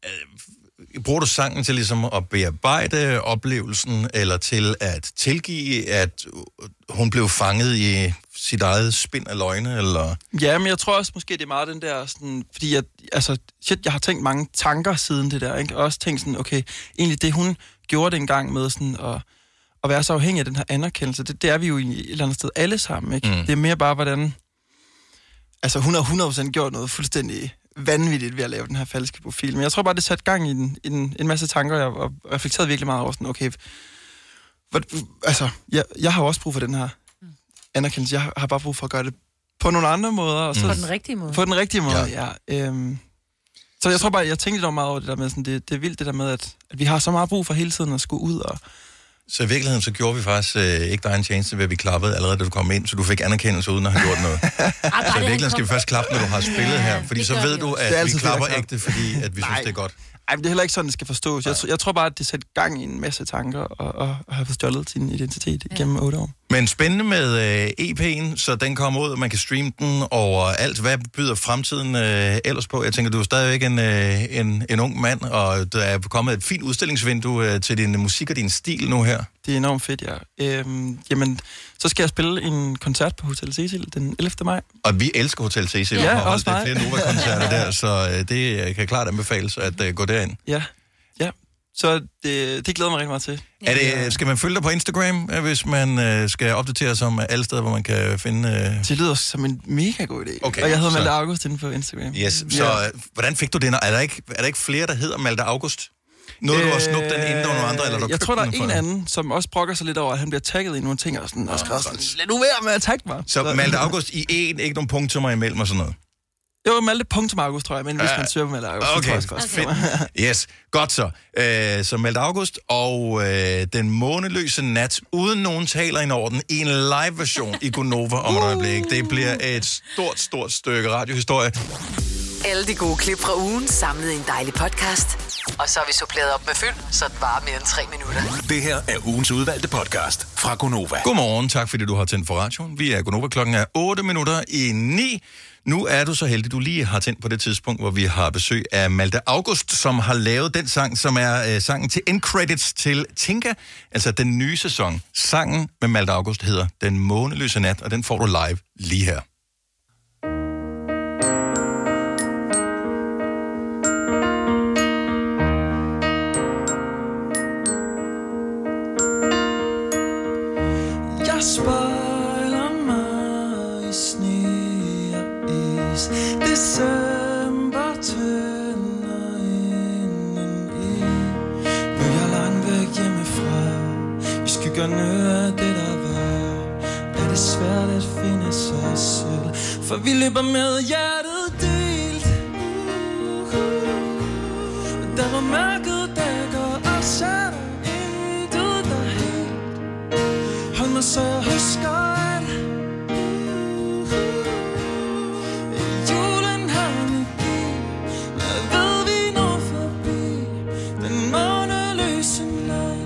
Speaker 1: øh, Bruger du sangen til ligesom at bearbejde oplevelsen, eller til at tilgive, at hun blev fanget i sit eget spind af løgne, eller...
Speaker 12: Ja, men jeg tror også måske, det er meget den der, sådan, fordi jeg, altså, shit, jeg har tænkt mange tanker siden det der, ikke? og også tænkt sådan, okay, egentlig det hun gjorde dengang med sådan at, at være så afhængig af den her anerkendelse, det, det er vi jo egentlig et eller andet sted alle sammen, ikke?
Speaker 1: Mm.
Speaker 12: Mm. Det er mere bare, hvordan, altså hun har 100% gjort noget fuldstændig vanvittigt ved at lave den her falske profil, men jeg tror bare, det satte gang i en, en, en masse tanker, og jeg og reflekterede virkelig meget over sådan, okay, hvor, altså, jeg, jeg har jo også brug for den her anerkendelse, jeg har- har bare brug for at gøre det på nogle andre måder. Og så,
Speaker 3: På den rigtige måde.
Speaker 12: På den rigtige måde, ja. ja øhm, så jeg tror bare, jeg tænkte dog meget over det der med, sådan, det, det er vildt det der med, at, at vi har så meget brug for hele tiden at skulle ud og...
Speaker 1: Så i virkeligheden, så gjorde vi faktisk øh, ikke dig en tjeneste ved, at vi klappede allerede, da du kom ind, så du fik anerkendelse uden at have gjort noget. så i virkeligheden skal vi først klappe, når du har spillet her, fordi
Speaker 12: det
Speaker 1: så
Speaker 12: gør
Speaker 1: ved
Speaker 12: vi
Speaker 1: du,
Speaker 12: også. Det er
Speaker 1: at vi
Speaker 12: altid fedt at
Speaker 1: klapper
Speaker 12: klappe.
Speaker 1: ægte, fordi at vi synes, det er godt.
Speaker 12: Ej, men det er heller ikke sådan, det skal forstås. Jeg, tr- jeg tror bare, at det satte gang i en masse tanker og, og, og have forstjålet sin identitet gennem otte år.
Speaker 1: Men spændende med øh, EP'en, så den kommer ud, og man kan streame den over alt. Hvad byder fremtiden øh, ellers på? Jeg tænker, du er stadigvæk en, øh, en, en ung mand, og der er kommet et fint udstillingsvindue øh, til din musik og din stil nu her.
Speaker 12: Det er enormt fedt, ja. Øhm, jamen, så skal jeg spille en koncert på Hotel Cecil den 11. maj.
Speaker 1: Og vi elsker Hotel CC,
Speaker 12: Ja,
Speaker 1: og holdt
Speaker 12: også
Speaker 1: det
Speaker 12: mig.
Speaker 1: flere Nova-koncerter der, så øh, det øh, kan klart anbefales at øh, gå derind.
Speaker 12: Ja, ja. Så det, det glæder jeg mig rigtig meget til.
Speaker 1: Er det, skal man følge dig på Instagram, øh, hvis man øh, skal opdatere sig om alle steder, hvor man kan finde... Øh...
Speaker 12: Det lyder som en mega god idé.
Speaker 1: Okay,
Speaker 12: og jeg hedder
Speaker 1: så-
Speaker 12: Malte August inde på Instagram.
Speaker 1: Yes, så
Speaker 12: Ja.
Speaker 1: øh, hvordan fik du den? Er der ikke, er der ikke flere, der hedder Malte August? Noget, du har snuppet den inden, der var nogle andre, eller du har
Speaker 12: Øh, Jeg
Speaker 1: købt
Speaker 12: tror, der er
Speaker 1: den fra-
Speaker 12: en anden, som også brokker sig lidt over, at han bliver tagget i nogle ting, og sådan, og skriver sådan, lad nu være med at tagge mig.
Speaker 1: Så Malte August i en, ikke nogen punktummer imellem og sådan noget.
Speaker 12: Jo, Malte punktum August, tror jeg, men hvis
Speaker 1: Ja.
Speaker 12: man søger på Malte August, så tror
Speaker 1: Okay,
Speaker 12: jeg sgu også.
Speaker 1: fedt. Yes, godt så. Øh, Så Malte August og øh, den måneløse nat, uden nogen taler ind over den, i en live-version i Gonova om et øjeblik. Det bliver et stort, stort stykke radiohistorie.
Speaker 2: Alle de gode klip fra ugen samlet i en dejlig podcast. Og så har vi suppleret op med fyld, så det varer mere end tre minutter.
Speaker 14: Det her er ugens udvalgte podcast fra Gonova.
Speaker 1: Godmorgen, tak fordi du har tændt for radioen. Vi er Gunova, klokken er 8 minutter i 9. Nu er du så heldig, du lige har tændt på det tidspunkt, hvor vi har besøg af Malte August, som har lavet den sang, som er øh, sangen til end credits til Tinka, altså den nye sæson. Sangen med Malte August hedder Den måneløse nat, og den får du live lige her.
Speaker 13: this December tønder indeni Nu er jeg langt væk hjemmefra I skyggerne af det der var Er det svært at finde sig selv For vi løber med hjertet delt uh-huh. Der var mørket dækker os Er der intet der er helt Hold mig så jeg husker at Julen har en idé Hvad ved vi nu forbi Den måneløse nat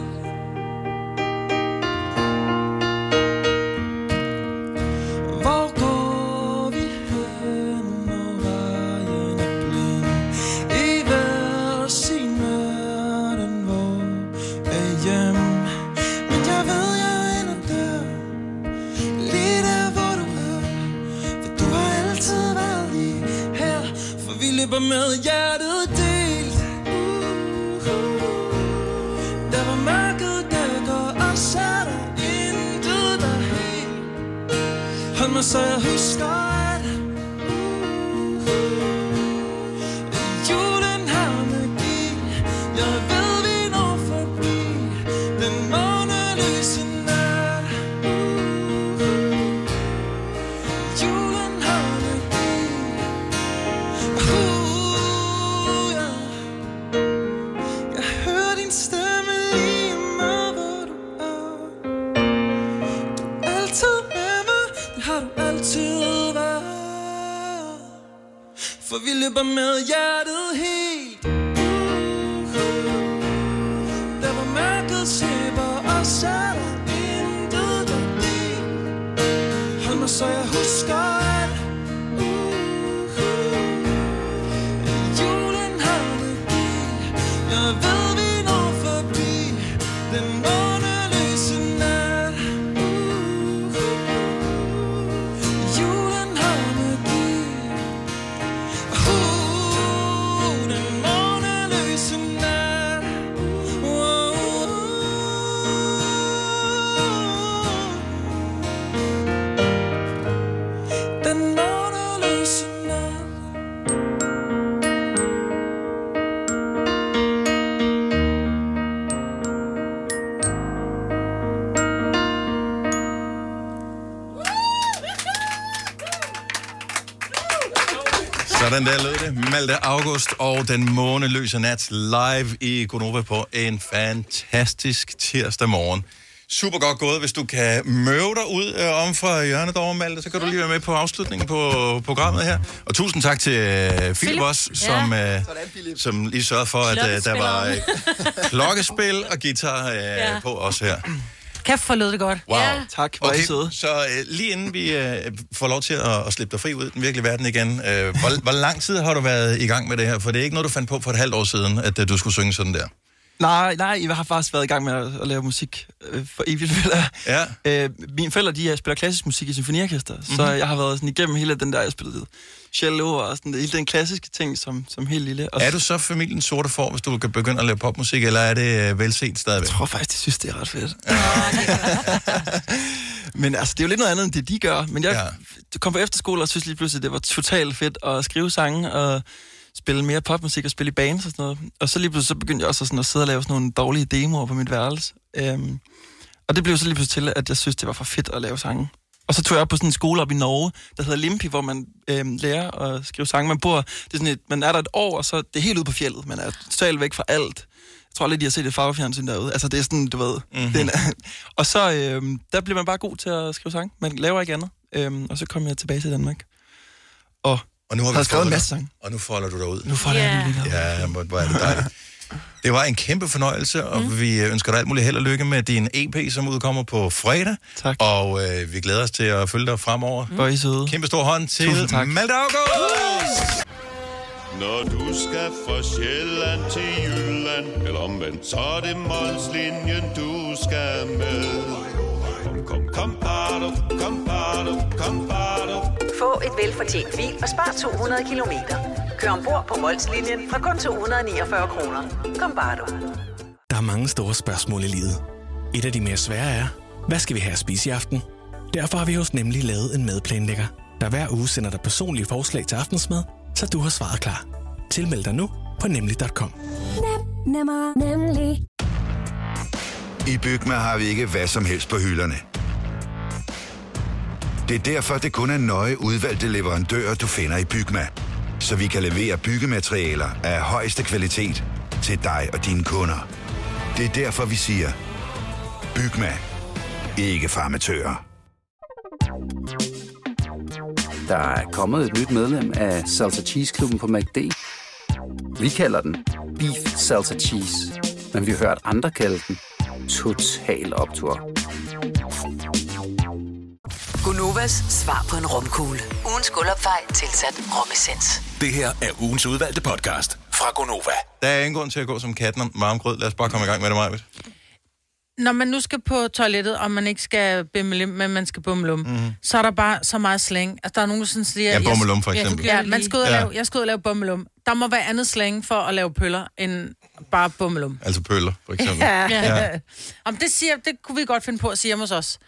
Speaker 13: Hvor går vi hen Når vejen er blind I hver sin verden Hvor er hjem Men jeg ved jeg ender der Lige der hvor du er du har altid været lige her For vi løber med hjertet delt Uh-huh. Der var mørket dækker os Er der intet der er helt Hold mig så jeg husker at Uh-huh. Julen har magi Jeg ved vi når forbi Den månelyse nat Uh-huh. Julen har magi. Uh, ja. Jeg hører din stemme lige meget, hvor du er. Du er altid med mig, det har du altid været. For vi løber med hjertet helt Uh, Der var mørket slipper os Er der intet der er delt? Hold mig så jeg husker at uh-huh, Julen har magi Jeg ved vi når forbi Den måneløse nat uh-huh, Julen har magi uh-huh, Den måneløse nat Uh, uh-huh. uh. Den nådeløse nat
Speaker 1: Sådan der lød det. Malte August og den måneløse nat live i Gonova på en fantastisk tirsdag morgen. Super godt gået. Hvis du kan møve dig ud øh, om fra hjørnet over, Malte, så kan du lige være med på afslutningen på øh, programmet her. Og tusind tak til øh, Philip
Speaker 12: Philip.
Speaker 1: også,
Speaker 12: Ja.
Speaker 1: som, øh,
Speaker 12: Sådan, Philip.
Speaker 1: som lige sørgede for, at øh, der var øh, klokkespil og guitar øh,
Speaker 3: Ja.
Speaker 1: på os her.
Speaker 3: Kæft for lød det godt.
Speaker 1: Wow. Tak. Hvor okay, Så øh, lige inden vi øh, får lov til at, at slippe dig fri ud i den virkelige verden igen, øh, hvor, hvor lang tid har du været i gang med det her? For det er ikke noget, du fandt på for et halvt år siden, at øh, du skulle synge sådan der.
Speaker 12: Nej, nej, jeg har faktisk været i gang med at, at lave musik øh, for evigt, vel?
Speaker 1: Ja.
Speaker 12: Øh, mine forældre, de øh, spiller klassisk musik i symfoniorkester, mm-hmm. så
Speaker 1: Mhm.
Speaker 12: jeg har været sådan igennem hele den der, jeg spillede cello og sådan hele den klassiske ting som, som helt lille. Og
Speaker 1: Er du så familien sorte for, hvis du kan begynde at lave popmusik, eller er det øh, velset stadigvæk? Jeg
Speaker 12: tror faktisk, de synes, det er ret fedt. Men altså, det er jo lidt noget andet, end det de gør. Men jeg ja. kom på efterskole og synes lige pludselig, det var totalt fedt at skrive sange og spille mere popmusik og spille i bands og sådan noget. Og så lige pludselig så begyndte jeg også sådan at sidde og lave sådan nogle dårlige demoer på mit værelse. Øhm, og det blev så lige pludselig til, at jeg synes, det var for fedt at lave sange. Og så tog jeg op på sådan en skole op i Norge, der hedder Limpi, hvor man øhm, lærer at skrive sange. Man bor, det er sådan et, man er der et år, og så det er helt ude på fjellet. Man er totalt væk fra alt. Jeg tror lidt, de har set et farvefjernsyn derude. Altså, det er sådan, du ved. Mm-hmm. Den, og så, øhm, der bliver man bare god til at skrive sang. Man laver ikke andet. Øhm, og så kom jeg tilbage til Danmark. Og,
Speaker 1: og nu har vi
Speaker 12: havde skrevet en
Speaker 1: fået
Speaker 12: masse
Speaker 1: dig.
Speaker 12: sang.
Speaker 1: Og nu folder du dig ud.
Speaker 12: Nu folder jeg den lige
Speaker 1: ud. Ja, hvor hvor er det dejligt. Det var en kæmpe fornøjelse, og mm. vi ønsker dig alt muligt held og lykke med din EP, som udkommer på fredag.
Speaker 12: Tak.
Speaker 1: Og øh, vi glæder os til at følge dig fremover.
Speaker 12: Mm. Hvor er I søde.
Speaker 1: Kæmpe stor hånd til
Speaker 12: Tusind tak.
Speaker 1: Malte August!
Speaker 15: Når du skal fra Sjælland til Jylland Eller omvendt, så er det Molslinjen, du skal med Kom, kom, kom, bado, kom, bado, kom, bado.
Speaker 2: Få et velfortjent bil og spar 200 kilometer. Kør ombord på Molslinjen fra kun 249 kroner. Kom bare du.
Speaker 16: Der er mange store spørgsmål i livet. Et af de mere svære er, hvad skal vi have at spise i aften? Derfor har vi hos Nemlig lavet en madplanlægger, der hver uge sender dig personlige forslag til aftensmad, så du har svaret klar. Tilmeld dig nu på nemlig.com.
Speaker 17: Nem, nemmer, nemlig.
Speaker 18: I Bygma har vi ikke hvad som helst på hylderne. Det er derfor, det kun er nøje udvalgte leverandører, du finder i Bygma. Så vi kan levere byggematerialer af højeste kvalitet til dig og dine kunder. Det er derfor, vi siger, Bygma. Ikke farmatører.
Speaker 19: Der er kommet et nyt medlem af Salsa Cheese Klubben på MACD. Vi kalder den Beef Salsa Cheese, men vi har hørt andre kalde den Total Optor.
Speaker 2: Gunovas svar på en romkugle. Ugens guldopfej tilsat romessens.
Speaker 14: Det her er ugens udvalgte podcast fra Gonova.
Speaker 1: Der er ingen grund til at gå som katten om varm grød. Lad os bare komme i gang med det, Majbet.
Speaker 3: Når man nu skal på toilettet, og man ikke skal bimmelim, men man skal bummelum, mm-hmm. så er der bare så meget slang. Altså, der er nogen, der sådan siger...
Speaker 1: Mhm. Ja,
Speaker 3: jeg-
Speaker 1: bummelum for
Speaker 3: jeg-
Speaker 1: eksempel.
Speaker 3: Ja, man skal ud og
Speaker 1: Ja.
Speaker 3: lave, jeg skal ud og lave bummelum. Der må være andet slang for at lave pøller, end bare bummelum.
Speaker 1: Altså pøller, for eksempel.
Speaker 3: Ja.
Speaker 1: ja.
Speaker 3: ja. Om det, siger, det kunne vi godt finde på at sige hjemme hos os.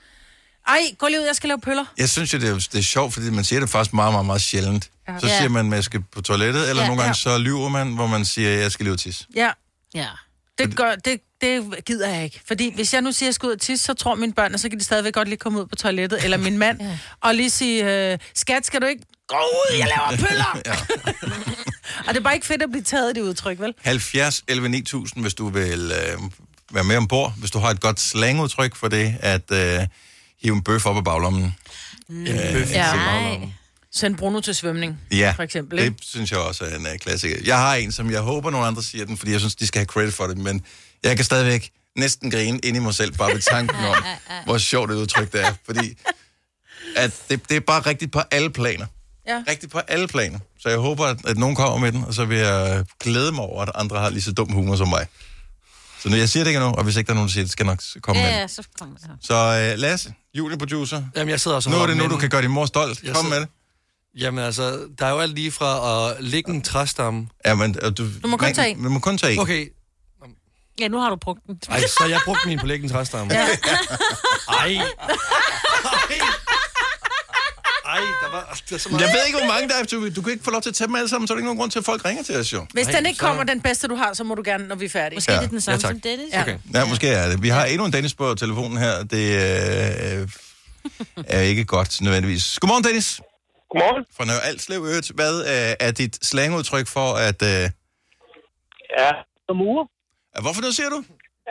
Speaker 3: Ej, gå lige ud, jeg skal lave pøller.
Speaker 1: Jeg synes jo, det er, det er sjovt, fordi man siger det faktisk meget, meget, meget sjældent.
Speaker 3: Ja.
Speaker 1: Ja. Så
Speaker 3: Ja.
Speaker 1: siger man, at man skal på toilettet, eller
Speaker 3: Ja,
Speaker 1: ja, nogle gange
Speaker 3: ja.
Speaker 1: ja. så lyver man, hvor man siger, at jeg skal leve tis.
Speaker 3: Ja. Ja. Det, gør, det, det gider jeg ikke. Fordi hvis jeg nu siger, at jeg skal ud og tisse, så tror mine børn, at så kan de stadigvæk godt lige komme ud på toilettet, eller min mand, ja. og lige sige, øh, skat, skal du ikke gå ud, jeg laver pøller?
Speaker 1: ja.
Speaker 3: og det er bare ikke fedt at blive taget i det udtryk, vel?
Speaker 1: 70 11 9000, hvis du vil øh, være med ombord. Hvis du har et godt slangudtryk for det, at øh, hive en bøf op af baglommen. En bøf til
Speaker 3: Nej. Send Bruno til svømning,
Speaker 1: Ja,
Speaker 3: for eksempel.
Speaker 1: det
Speaker 3: ikke?
Speaker 1: synes jeg også er en uh, klassiker. Jeg har en, som jeg håber, nogle andre siger den, fordi jeg synes, de skal have credit for det, men jeg kan stadigvæk næsten grine ind i mig selv, bare ved tanken om, hvor sjovt det udtryk det er. Fordi at det, det er bare rigtigt på alle planer.
Speaker 3: Ja.
Speaker 1: Rigtigt på alle planer. Så jeg håber, at, at nogen kommer med den, og så vil jeg øh, glæde mig over, at andre har lige så dum humor som mig. Så nu, jeg siger det ikke endnu, og hvis ikke der er nogen, der siger det, skal jeg nok komme med
Speaker 4: ja,
Speaker 1: den.
Speaker 4: ja, så kommer det.
Speaker 1: Så uh, Lasse, juniorproducer.
Speaker 6: Jamen, jeg sidder også og
Speaker 1: Nu er
Speaker 6: holder
Speaker 1: det
Speaker 6: den
Speaker 1: nu, du
Speaker 6: inde.
Speaker 1: kan gøre din mor stolt.
Speaker 6: Jeg
Speaker 1: Kom
Speaker 6: sidder-
Speaker 1: med det.
Speaker 6: Jamen altså, der er jo alt lige fra at lægge en træstamme.
Speaker 1: Ja, men du...
Speaker 3: Du må kun tage en.
Speaker 1: Du må kun tage en.
Speaker 6: Okay,
Speaker 4: Ja, nu har du brugt den.
Speaker 6: Ej, så jeg brugte min på læggen træstamme.
Speaker 4: Ja.
Speaker 6: Ja. Ej. Ej, der var... Der er så meget.
Speaker 1: Jeg ved ikke, hvor mange der er. Du, du kan ikke få lov til at tage dem alle sammen, så er der ikke nogen grund til, at folk ringer til os, jo.
Speaker 3: Hvis den ikke kommer, den bedste, du har, så må du gerne, når vi er færdige.
Speaker 1: Måske Ja. det er den samme Ja, tak. som
Speaker 3: Dennis.
Speaker 1: Okay. Ja, måske er det. Vi har endnu en Dennis på telefonen her. Det øh, er ikke godt, nødvendigvis. Godmorgen, Dennis.
Speaker 20: Godmorgen.
Speaker 1: Fra Nørre Alslev, øvrigt. Hvad øh, er dit slangudtryk for at... Øh,
Speaker 20: Ja, og mure.
Speaker 1: Hvorfor det siger du?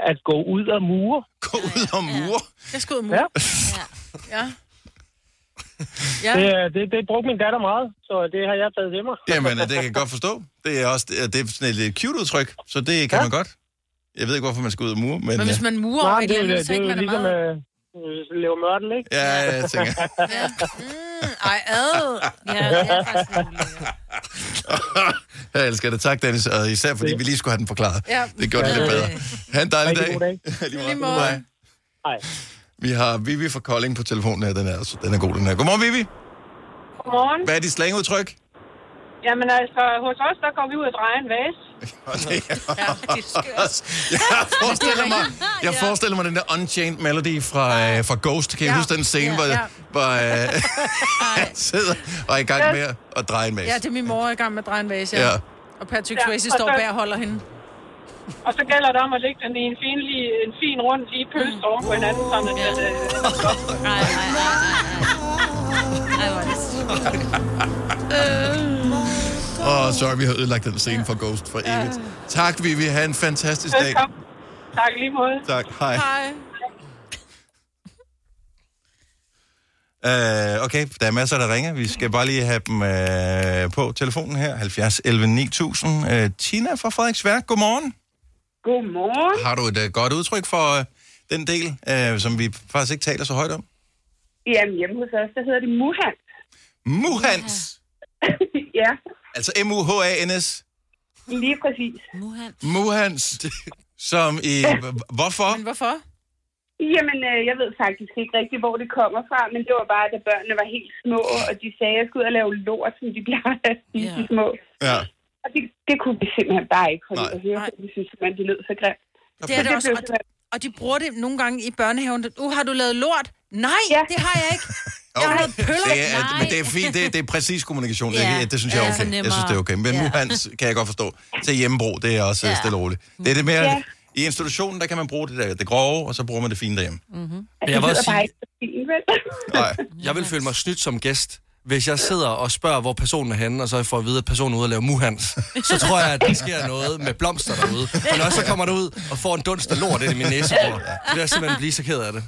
Speaker 20: At gå ud og mure.
Speaker 1: Gå ud og mure?
Speaker 3: Jeg skal ud og mure. Ja.
Speaker 20: ja.
Speaker 3: Ja. Ja.
Speaker 20: Det, er- det, det brugte min datter meget, så det har jeg taget til mig.
Speaker 1: Jamen, øh, det kan jeg godt forstå. Det er også det er sådan et lidt cute udtryk, så det kan ja. man godt. Jeg ved ikke, hvorfor man skal ud og mure, men...
Speaker 20: Men hvis
Speaker 1: øh,
Speaker 3: man
Speaker 20: murer over et eller andet, så ikke man er
Speaker 3: ligesom,
Speaker 20: meget... Øh, Leo Mørtel, ikke?
Speaker 1: Ja, jeg tænker...
Speaker 3: Mm, Ej, ad. Ja, det er faktisk
Speaker 1: Jeg elsker det. Tak, Dennis. Og især fordi vi lige skulle have den forklaret.
Speaker 3: Ja.
Speaker 1: Det gjorde det lidt bedre. Ha' en dejlig
Speaker 20: Rigtig
Speaker 1: dag.
Speaker 20: god
Speaker 1: dag. Lige
Speaker 20: Lige
Speaker 1: måde.
Speaker 20: måde.
Speaker 1: Hej.
Speaker 20: Hej.
Speaker 1: Vi har Vivi fra Kolding på telefonen her. Den er, altså- den er god, den her. Godmorgen, Vivi.
Speaker 8: Godmorgen.
Speaker 1: Hvad er dit slangudtryk?
Speaker 8: Jamen altså, hos os, der går vi ud og drejer en vase.
Speaker 1: jeg forestiller mig, jeg forestiller mig den der Unchained Melody fra, øh, fra Ghost. Kan I
Speaker 3: Ja.
Speaker 1: huske den scene,
Speaker 3: Ja,
Speaker 1: hvor,
Speaker 3: ja.
Speaker 1: hvor øh, han sidder og er i gang med at- at dreje en vase?
Speaker 3: Ja, det er min mor er i gang med at dreje en vase.
Speaker 1: Ja.
Speaker 3: Ja. Og Patrick
Speaker 8: Ja,
Speaker 3: Swayze
Speaker 8: og
Speaker 3: står
Speaker 8: så-
Speaker 3: bag og holder hende.
Speaker 8: Og så gælder det om at lægge den i en fin, lige, en fin rund lige pølse oven på hinanden, sådan at den... Øh,
Speaker 1: Åh, oh, sorry, vi har ødelagt den scene fra Ghost for evigt. Tak, Vivi. Ha' en fantastisk dag.
Speaker 8: Velkommen. øh, tak i lige måde.
Speaker 1: Tak. Hej. Øh, okay, der er masser, der ringer. Vi skal bare lige have dem øh, på telefonen her. 70 11 9000. Øh, Tina fra Frederiksværk, godmorgen.
Speaker 21: Godmorgen.
Speaker 1: Har du et øh, godt udtryk for øh, den del, øh, som vi faktisk ikke taler så højt om?
Speaker 21: Jamen, hjemme hos os, der hedder det Muhans.
Speaker 1: Muhans?
Speaker 21: ja,
Speaker 1: Altså M-U-H-A-N-S.
Speaker 21: lige præcis.
Speaker 4: Muhans.
Speaker 1: Muhans. Som i... h- Hvorfor?
Speaker 3: Men hvorfor?
Speaker 21: Jamen, øh, jeg ved faktisk ikke rigtig, hvor det kommer fra, men det var bare, da børnene var helt små, og de sagde, at jeg skulle ud og lave lort, som de plejer at spise yeah. små.
Speaker 1: Ja.
Speaker 21: Og det, det kunne vi simpelthen bare ikke holde ud at høre, fordi vi synes simpelthen, det lød så grimt.
Speaker 3: Det er det også. Og, og de bruger det nogle gange i børnehaven. Uh, har du lavet lort? Nej, ja. det har jeg ikke. Jeg har noget pøller.
Speaker 1: Det er, at, men det er fint, det, er- det er præcis kommunikation. Det,
Speaker 3: Ja.
Speaker 1: er, det synes jeg
Speaker 3: Ja.
Speaker 1: er okay. Jeg synes, det er okay. Men
Speaker 3: Ja.
Speaker 1: nu hans kan jeg godt forstå. Til hjemmebrug, det er også
Speaker 3: Ja.
Speaker 1: ja. stille og roligt. Det er det mere...
Speaker 21: Ja.
Speaker 1: I institutionen, der kan man bruge det, der, det grove, og så bruger man det fine derhjemme.
Speaker 21: Mm-hmm.
Speaker 1: Men
Speaker 21: Altså,
Speaker 1: jeg vil
Speaker 21: jeg det lyder
Speaker 1: også
Speaker 21: bare
Speaker 1: sige-
Speaker 21: ikke så fint, vel?
Speaker 6: Jeg vil føle mig snydt som gæst, hvis jeg sidder og spørger, hvor personen er henne, og så får jeg at vide, at personen er ude og lave muhans. Så tror jeg, at der sker noget med blomster derude. Men når jeg så kommer derud og får en dunst af lort ind i min næse, så vil jeg simpelthen blive så ked af det.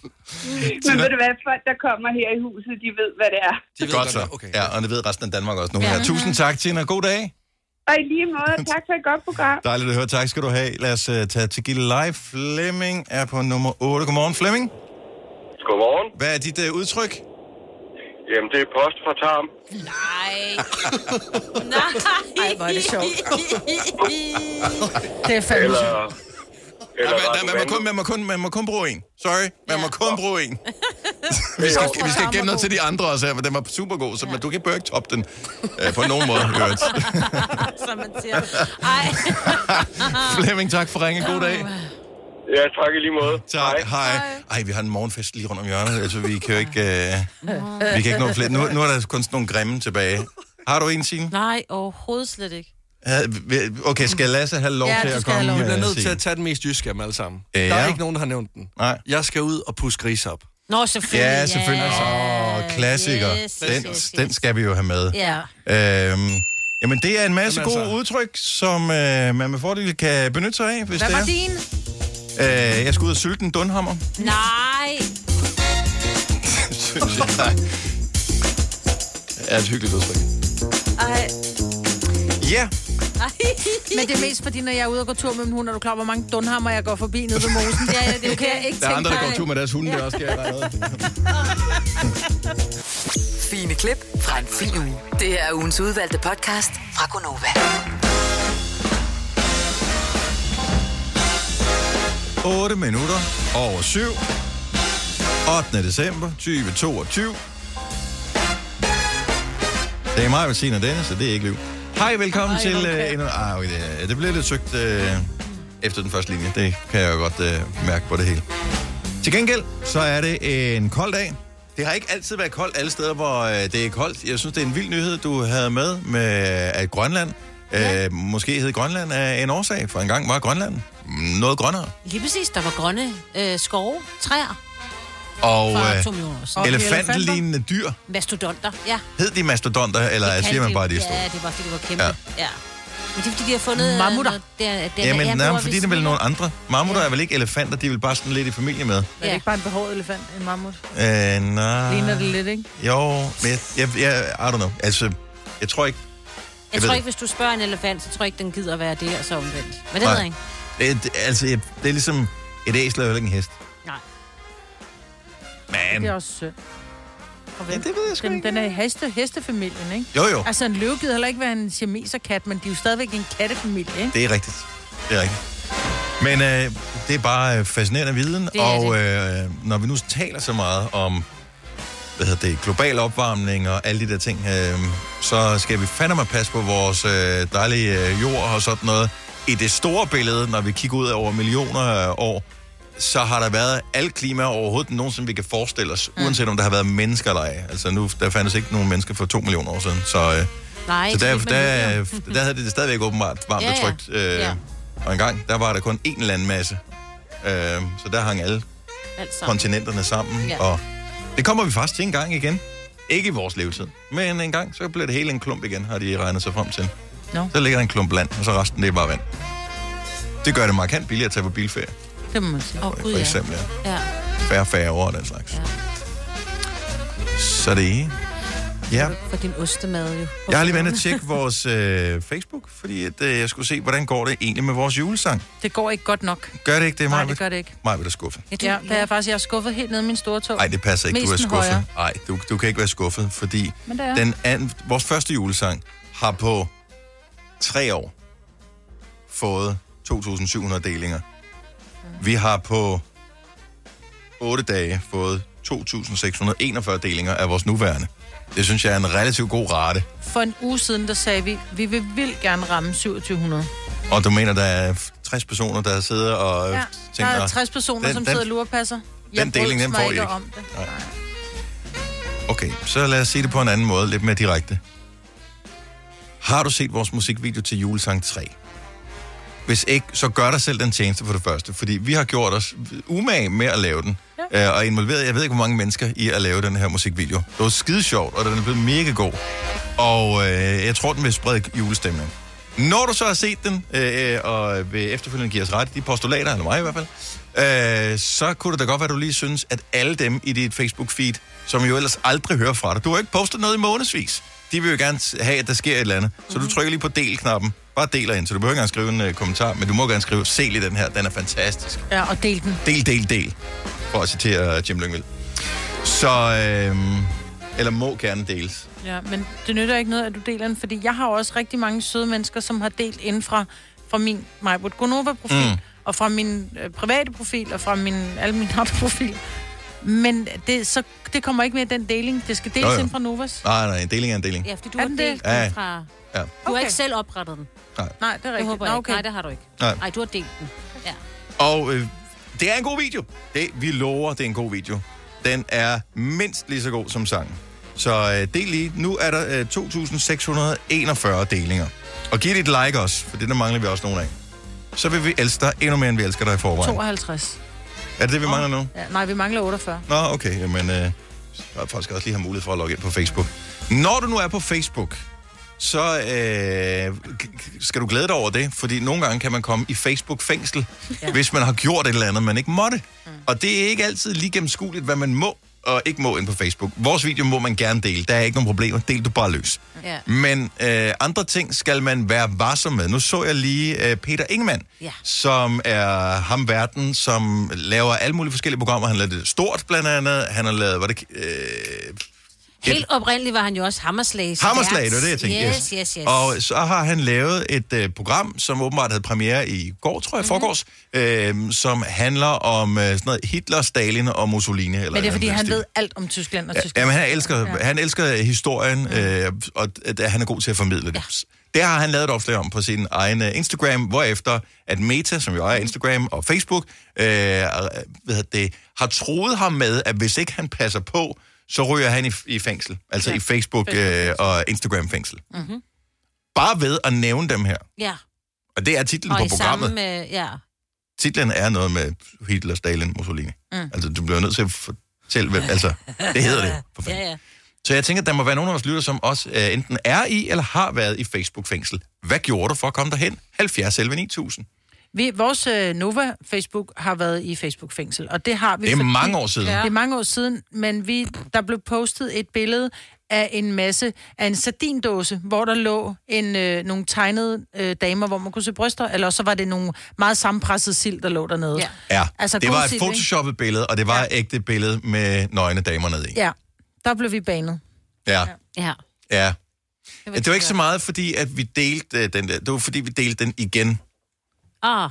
Speaker 21: Men ved du hvad, folk, der kommer her i huset, de ved, hvad det er.
Speaker 1: Det er godt så. Okay. Ja, og det ved resten af Danmark også nu. Ja. Tusind tak, Tina. God dag.
Speaker 21: Og i lige måde, tak for et godt program.
Speaker 1: Dejligt at høre. Tak skal du have. Lad os uh, tage til Gilde Live. Flemming er på nummer 8. Godmorgen, Flemming.
Speaker 7: Godmorgen.
Speaker 1: Hvad er dit uh, udtryk?
Speaker 7: Jamen, det er post fra Tarm.
Speaker 3: Nej, hvor er det sjovt. Det er fandme
Speaker 7: Eller...
Speaker 3: sjovt.
Speaker 7: Eller
Speaker 1: Man, man, må kun, man, må kun, man må kun bruge en. Sorry, man må kun bruge en. vi skal, vi skal gemme noget til de andre også her, for den var super god, så men du kan bare ikke toppe den øh, på nogen måde. Hørt.
Speaker 4: Som man siger. Ej.
Speaker 1: Flemming, tak for ringen. God dag.
Speaker 7: Ja, tak i lige måde.
Speaker 1: Tak, hej. hej. Ej, vi har en morgenfest lige rundt om hjørnet, altså vi kan jo ikke, øh, vi kan ikke nå flere. Nu, nu er der kun sådan nogle grimme tilbage. Har du en, Signe?
Speaker 4: Nej, overhovedet slet ikke.
Speaker 1: Havde- vi- Okay, skal Lasse have lov
Speaker 4: Ja,
Speaker 1: til
Speaker 4: du
Speaker 1: at
Speaker 4: skal have
Speaker 1: komme?
Speaker 4: lov.
Speaker 6: Vi bliver
Speaker 1: øh,
Speaker 6: nødt til
Speaker 1: Signe?
Speaker 6: at tage den mest jyske af dem alle sammen.
Speaker 1: Ja.
Speaker 6: Der er ikke nogen, der har nævnt den.
Speaker 1: Nej.
Speaker 6: Jeg skal ud og pusse gris op.
Speaker 4: Nå, selvfølgelig.
Speaker 1: Ja, selvfølgelig. Åh, oh, klassiker.
Speaker 4: yes,
Speaker 1: Den,
Speaker 4: yes, yes.
Speaker 1: den skal vi jo have med.
Speaker 4: Ja.
Speaker 1: Øhm, jamen, det er en masse
Speaker 4: Jamen,
Speaker 1: gode
Speaker 4: altså.
Speaker 1: udtryk, som øh, man med fordel kan benytte sig af, hvis
Speaker 4: Hvad var
Speaker 1: det
Speaker 4: din?
Speaker 1: er. Øh, jeg skal ud og sylte en dunhammer.
Speaker 4: Nej.
Speaker 1: synes jeg er et hyggeligt udtryk.
Speaker 3: Ej.
Speaker 1: Ja,
Speaker 3: Men det er mest fordi, når jeg er ude og går tur med min hund, og du klarer, hvor mange dunhammer jeg går forbi nede ved mosen.
Speaker 4: Ja, ja, det
Speaker 3: kan jeg ikke
Speaker 1: der er andre, der
Speaker 3: tænke
Speaker 1: går tur med deres hunde,
Speaker 3: Ja.
Speaker 1: det også skal jeg
Speaker 9: Fine klip fra en fin uge. Det her er ugens udvalgte podcast fra Gonova.
Speaker 1: 8 minutter over 7. 8. december 2022. Det er mig, Bettina og Dennis, så det er ikke liv. Hej, velkommen
Speaker 22: Ej,
Speaker 1: til...
Speaker 22: okay.
Speaker 1: Øh, endnu, ah, okay, det, det bliver lidt søgt øh, efter den første linje. Det kan jeg jo godt øh, mærke på det hele. Til gengæld, så er det en kold dag. Det har ikke altid været koldt alle steder, hvor øh, det er koldt. Jeg synes, det er en vild nyhed, du havde med, med at Grønland. Ja. Øh, måske hed Grønland af en årsag, for engang var Grønland noget grønnere.
Speaker 4: Lige præcis, der var grønne øh, skove, træer,
Speaker 1: Og
Speaker 4: For
Speaker 1: øh,
Speaker 4: to millioner år siden.
Speaker 1: og elefantlignende dyr.
Speaker 4: mastodonter. Ja.
Speaker 1: Hed de mastodonter, eller
Speaker 4: Kan
Speaker 1: siger man bare,
Speaker 4: jo-
Speaker 1: det er store?
Speaker 4: Ja, det var, fordi det var kæmpe.
Speaker 1: Ja.
Speaker 4: Ja. ja. Men det er, fordi de har fundet... Mammutter. Noget, der, der,
Speaker 1: Jamen,
Speaker 4: ja,
Speaker 1: nej, men
Speaker 4: hvor
Speaker 1: fordi
Speaker 4: vi
Speaker 1: det er vel nogle andre. Mammutter er vel ikke elefanter, de er vel bare sådan lidt i familie med.
Speaker 3: Er det ikke bare en behåret elefant, en mammut?
Speaker 1: Øh, nej.
Speaker 3: Ligner det lidt, ikke?
Speaker 1: Jo, men jeg, jeg, jeg, I don't know. Altså, jeg tror ikke...
Speaker 4: smiler.
Speaker 1: jeg
Speaker 4: Jeg tror
Speaker 1: ved-
Speaker 4: ikke, hvis du spørger en elefant, så tror jeg ikke, den gider være det, og så omvendt. Men det
Speaker 1: Nej.
Speaker 4: ved jeg ikke.
Speaker 1: Det, det, altså, jeg, det er ligesom... Et æsel er jo ikke en hest.
Speaker 4: Nej.
Speaker 1: Men...
Speaker 3: Det er også synd. Og ja, det ved jeg sgu den, ikke. den er i heste, hestefamilien, ikke?
Speaker 1: Jo, jo.
Speaker 3: Altså, en løve gider heller ikke være en siameserkat, men de er jo stadigvæk en kattefamilie, ikke?
Speaker 1: Det er rigtigt. Det er rigtigt. Men øh, det er bare øh, fascinerende viden,
Speaker 3: Det er
Speaker 1: og øh, når vi nu taler så meget om hvad hedder det, global opvarmning og alle de der ting, øh, så skal vi fandme passe på vores øh, dejlige øh, jord og sådan noget. I det store billede, når vi kigger ud over millioner af år, så har der været alt klima overhovedet nogensinde, vi kan forestille os, mm. uanset om der har været mennesker eller ej. Altså nu, der fandtes ikke nogen mennesker for to millioner år siden, så... Øh,
Speaker 4: Nej,
Speaker 1: så der,
Speaker 4: ikke, men
Speaker 1: der,
Speaker 4: det
Speaker 1: der, der havde det stadigvæk åbenbart varmt
Speaker 4: Ja,
Speaker 1: ja, og
Speaker 4: ja.
Speaker 1: trygt. Øh,
Speaker 4: Ja.
Speaker 1: ja. Og engang, der var der kun én landmasse. Øh, så der hang alle
Speaker 4: er alt sammen.
Speaker 1: kontinenterne sammen.
Speaker 4: Ja.
Speaker 1: Ja. Og det kommer vi faktisk til en gang igen. Ikke i vores levetid. Men en gang, så bliver det hele en klump igen, har de regnet sig frem til.
Speaker 3: No.
Speaker 1: Så ligger der en klump land, og så resten, det er bare vand. Det gør det markant billigere at tage på bilferie,
Speaker 3: Det må man sige. Åh, oh,
Speaker 1: for eksempel. Ja.
Speaker 4: Ja.
Speaker 1: Færre, færre år og den slags. Ja. Så det er... Ja.
Speaker 4: For din ostemad, jo.
Speaker 1: Jeg har lige været inde at tjekke vores øh, Facebook, fordi at, øh, jeg skulle se, hvordan går det egentlig med vores julesang.
Speaker 3: Det går ikke godt nok.
Speaker 1: Gør det ikke det,
Speaker 3: Nej,
Speaker 1: Maja?
Speaker 3: det gør det ikke.
Speaker 1: Maja, vil du skuffe?
Speaker 3: Ja, du, ja, der er faktisk, jeg er skuffet helt ned i min store tog.
Speaker 1: Nej, det passer ikke,
Speaker 3: Mest
Speaker 1: du er
Speaker 3: den højre.
Speaker 1: skuffet. Nej, du, du kan ikke være skuffet, fordi
Speaker 3: Men det er.
Speaker 1: den anden, vores første julesang har på tre år fået 2.700 delinger. Vi har på 8 dage fået 2.641 delinger af vores nuværende. Det synes jeg er en relativt god rate.
Speaker 3: For en uge siden, der sagde vi, vi vil vildt gerne ramme 2700.
Speaker 1: Og du mener, der er 60 personer, der sidder og
Speaker 3: Ja,
Speaker 1: ja,
Speaker 3: der
Speaker 1: tænker...
Speaker 3: er 60 personer,
Speaker 1: den,
Speaker 3: som
Speaker 1: den,
Speaker 3: sidder og lurepasser.
Speaker 1: den deling,
Speaker 3: brød
Speaker 1: den
Speaker 3: mig
Speaker 1: får I ikke.
Speaker 3: om det.
Speaker 1: Nej. Okay, så lad os sige det på en anden måde, lidt mere direkte. Har du set vores musikvideo til julesang 3? Hvis ikke, så gør dig selv den tjeneste for det første, fordi vi har gjort os umage med at lave den, ja. og involveret, jeg ved ikke, hvor mange mennesker i at lave den her musikvideo. Det var skide sjovt, og den er blevet mega god, og øh, jeg tror, den vil sprede julestemning. Når du så har set den, øh, og vil efterfølgende give os ret, de postulater, eller mig i hvert fald, øh, så kunne det da godt være, at du lige synes, at alle dem i dit Facebook-feed, som jo ellers aldrig hører fra dig, du har ikke postet noget i månedsvis, de vil jo gerne s- have, at der sker et eller andet. Så du trykker lige på del-knappen. Bare deler ind, så du behøver ikke engang skrive en øh, kommentar, men du må gerne skrive, se lige den her, den er fantastisk.
Speaker 3: Ja, og del den.
Speaker 1: Del, del, del. For at citere øh, Jim Lyngvild. Så, øh, eller må gerne deles.
Speaker 3: Ja, men det nytter ikke noget, at du deler den, fordi jeg har også rigtig mange søde mennesker, som har delt inden fra, fra min Majbert Gunova-profil,
Speaker 1: Mm.
Speaker 3: mm. og fra min øh, private profil, og fra min, alle mine andre profiler. Men det, så, det kommer ikke med i den deling. Det skal
Speaker 1: Jo,
Speaker 3: deles
Speaker 1: jo.
Speaker 3: ind fra Novas.
Speaker 1: Nej, nej, en deling er en deling.
Speaker 4: Ja, fordi du har
Speaker 3: den
Speaker 4: delt
Speaker 1: det? Ja, ja.
Speaker 4: den fra...
Speaker 1: Ja.
Speaker 4: Du har ikke selv oprettet den.
Speaker 1: Nej.
Speaker 3: Nej, det er rigtigt.
Speaker 4: Jeg håber
Speaker 3: Nå,
Speaker 4: ikke.
Speaker 3: okay.
Speaker 4: Nej, det har du ikke.
Speaker 1: Nej.
Speaker 4: Nej, du har delt den. Ja.
Speaker 1: Og øh, det er en god video. Det, vi lover, det er en god video. Den er mindst lige så god som sangen. Så øh, del lige. Nu er der øh, 2.641 delinger. Og giv dit like også, for det der mangler vi også nogle af. Så vil vi elske dig endnu mere, end vi elsker dig i forvejen.
Speaker 3: 52.
Speaker 1: Er det det, vi mangler nu?
Speaker 3: Ja, nej, vi mangler 48.
Speaker 1: Nå, okay. Jamen, øh, jeg faktisk også lige have mulighed for at logge ind på Facebook. Når du nu er på Facebook, så øh, g- skal du glæde dig over det, fordi nogle gange kan man komme i Facebook-fængsel, ja. hvis man har gjort et eller andet, man ikke måtte. Mm. Og det er ikke altid lige gennemskueligt, hvad man må og ikke må ind på Facebook. Vores video må man gerne dele. Der er ikke nogen problemer. Del du bare løs.
Speaker 4: Ja.
Speaker 1: Men øh, andre ting skal man være varsom med. Nu så jeg lige øh, Peter Ingemann,
Speaker 4: Ja.
Speaker 1: som er ham verden, som laver alle mulige forskellige programmer. Han lavede det stort blandt andet. Han har lavet, var det... Øh,
Speaker 4: Helt oprindeligt var han jo også Hammerslag.
Speaker 1: Hammerslag,
Speaker 4: vært.
Speaker 1: det var det, jeg tænkte.
Speaker 4: Yes, yes, yes.
Speaker 1: Og så har han lavet et øh, program, som åbenbart havde premiere i går, tror jeg,
Speaker 3: Mhm.
Speaker 1: mm-hmm. forgårs, øh, som handler om øh, sådan noget Hitler, Stalin og Mussolini. Eller
Speaker 3: Men det er, fordi
Speaker 1: noget
Speaker 3: han
Speaker 1: stil.
Speaker 3: ved alt om Tyskland og
Speaker 1: Ja,
Speaker 3: Tyskland.
Speaker 1: Jamen, han elsker, ja. han elsker historien, øh, og at han er god til at formidle det. Ja. Det har han lavet et opslag om på sin egen øh, Instagram, hvorefter at Meta, som jo
Speaker 4: Mm.
Speaker 1: ejer Instagram og Facebook, øh, hvad hedder det, har troet ham med, at hvis ikke han passer på, så ryger han i, i fængsel. Altså ja. i Facebook øh, og Instagram-fængsel.
Speaker 4: Mm-hmm.
Speaker 1: Bare ved at nævne dem her.
Speaker 4: Ja.
Speaker 1: Og det er titlen
Speaker 4: Og
Speaker 1: på
Speaker 4: i
Speaker 1: programmet.
Speaker 4: samme med... Ja.
Speaker 1: Titlen er noget med Hitler, Stalin, Mussolini. Mm. Altså, du bliver nødt til at fortælle, hvem... Altså, det hedder det.
Speaker 4: Ja, ja.
Speaker 1: Så jeg tænker, at der må være nogen af vores lytter, som også øh, enten er i eller har været i Facebook-fængsel. Hvad gjorde du for at komme derhen? 70 11 9000.
Speaker 3: Vi, vores øh, Nova Facebook har været i Facebook-fængsel, og det har vi...
Speaker 1: Det er mange år siden.
Speaker 3: Ja. Det er mange år siden, men vi, der blev postet et billede af en masse, af en sardindåse, hvor der lå en, øh, nogle tegnede øh, damer, hvor man kunne se bryster, eller så var det nogle meget sammenpressede sild, der lå dernede. Ja,
Speaker 1: Ja, altså,
Speaker 3: Altså,
Speaker 1: det
Speaker 3: god
Speaker 1: var et
Speaker 3: sild, ikke?
Speaker 1: photoshoppet billede, og det var ja. et ægte billede med nøgne damer nede i.
Speaker 3: ja der blev vi banet.
Speaker 1: Ja,
Speaker 4: Ja.
Speaker 1: ja. ja. Det var ikke så meget, fordi at vi delte øh, den der. Det var, fordi vi delte den igen.
Speaker 4: Ah.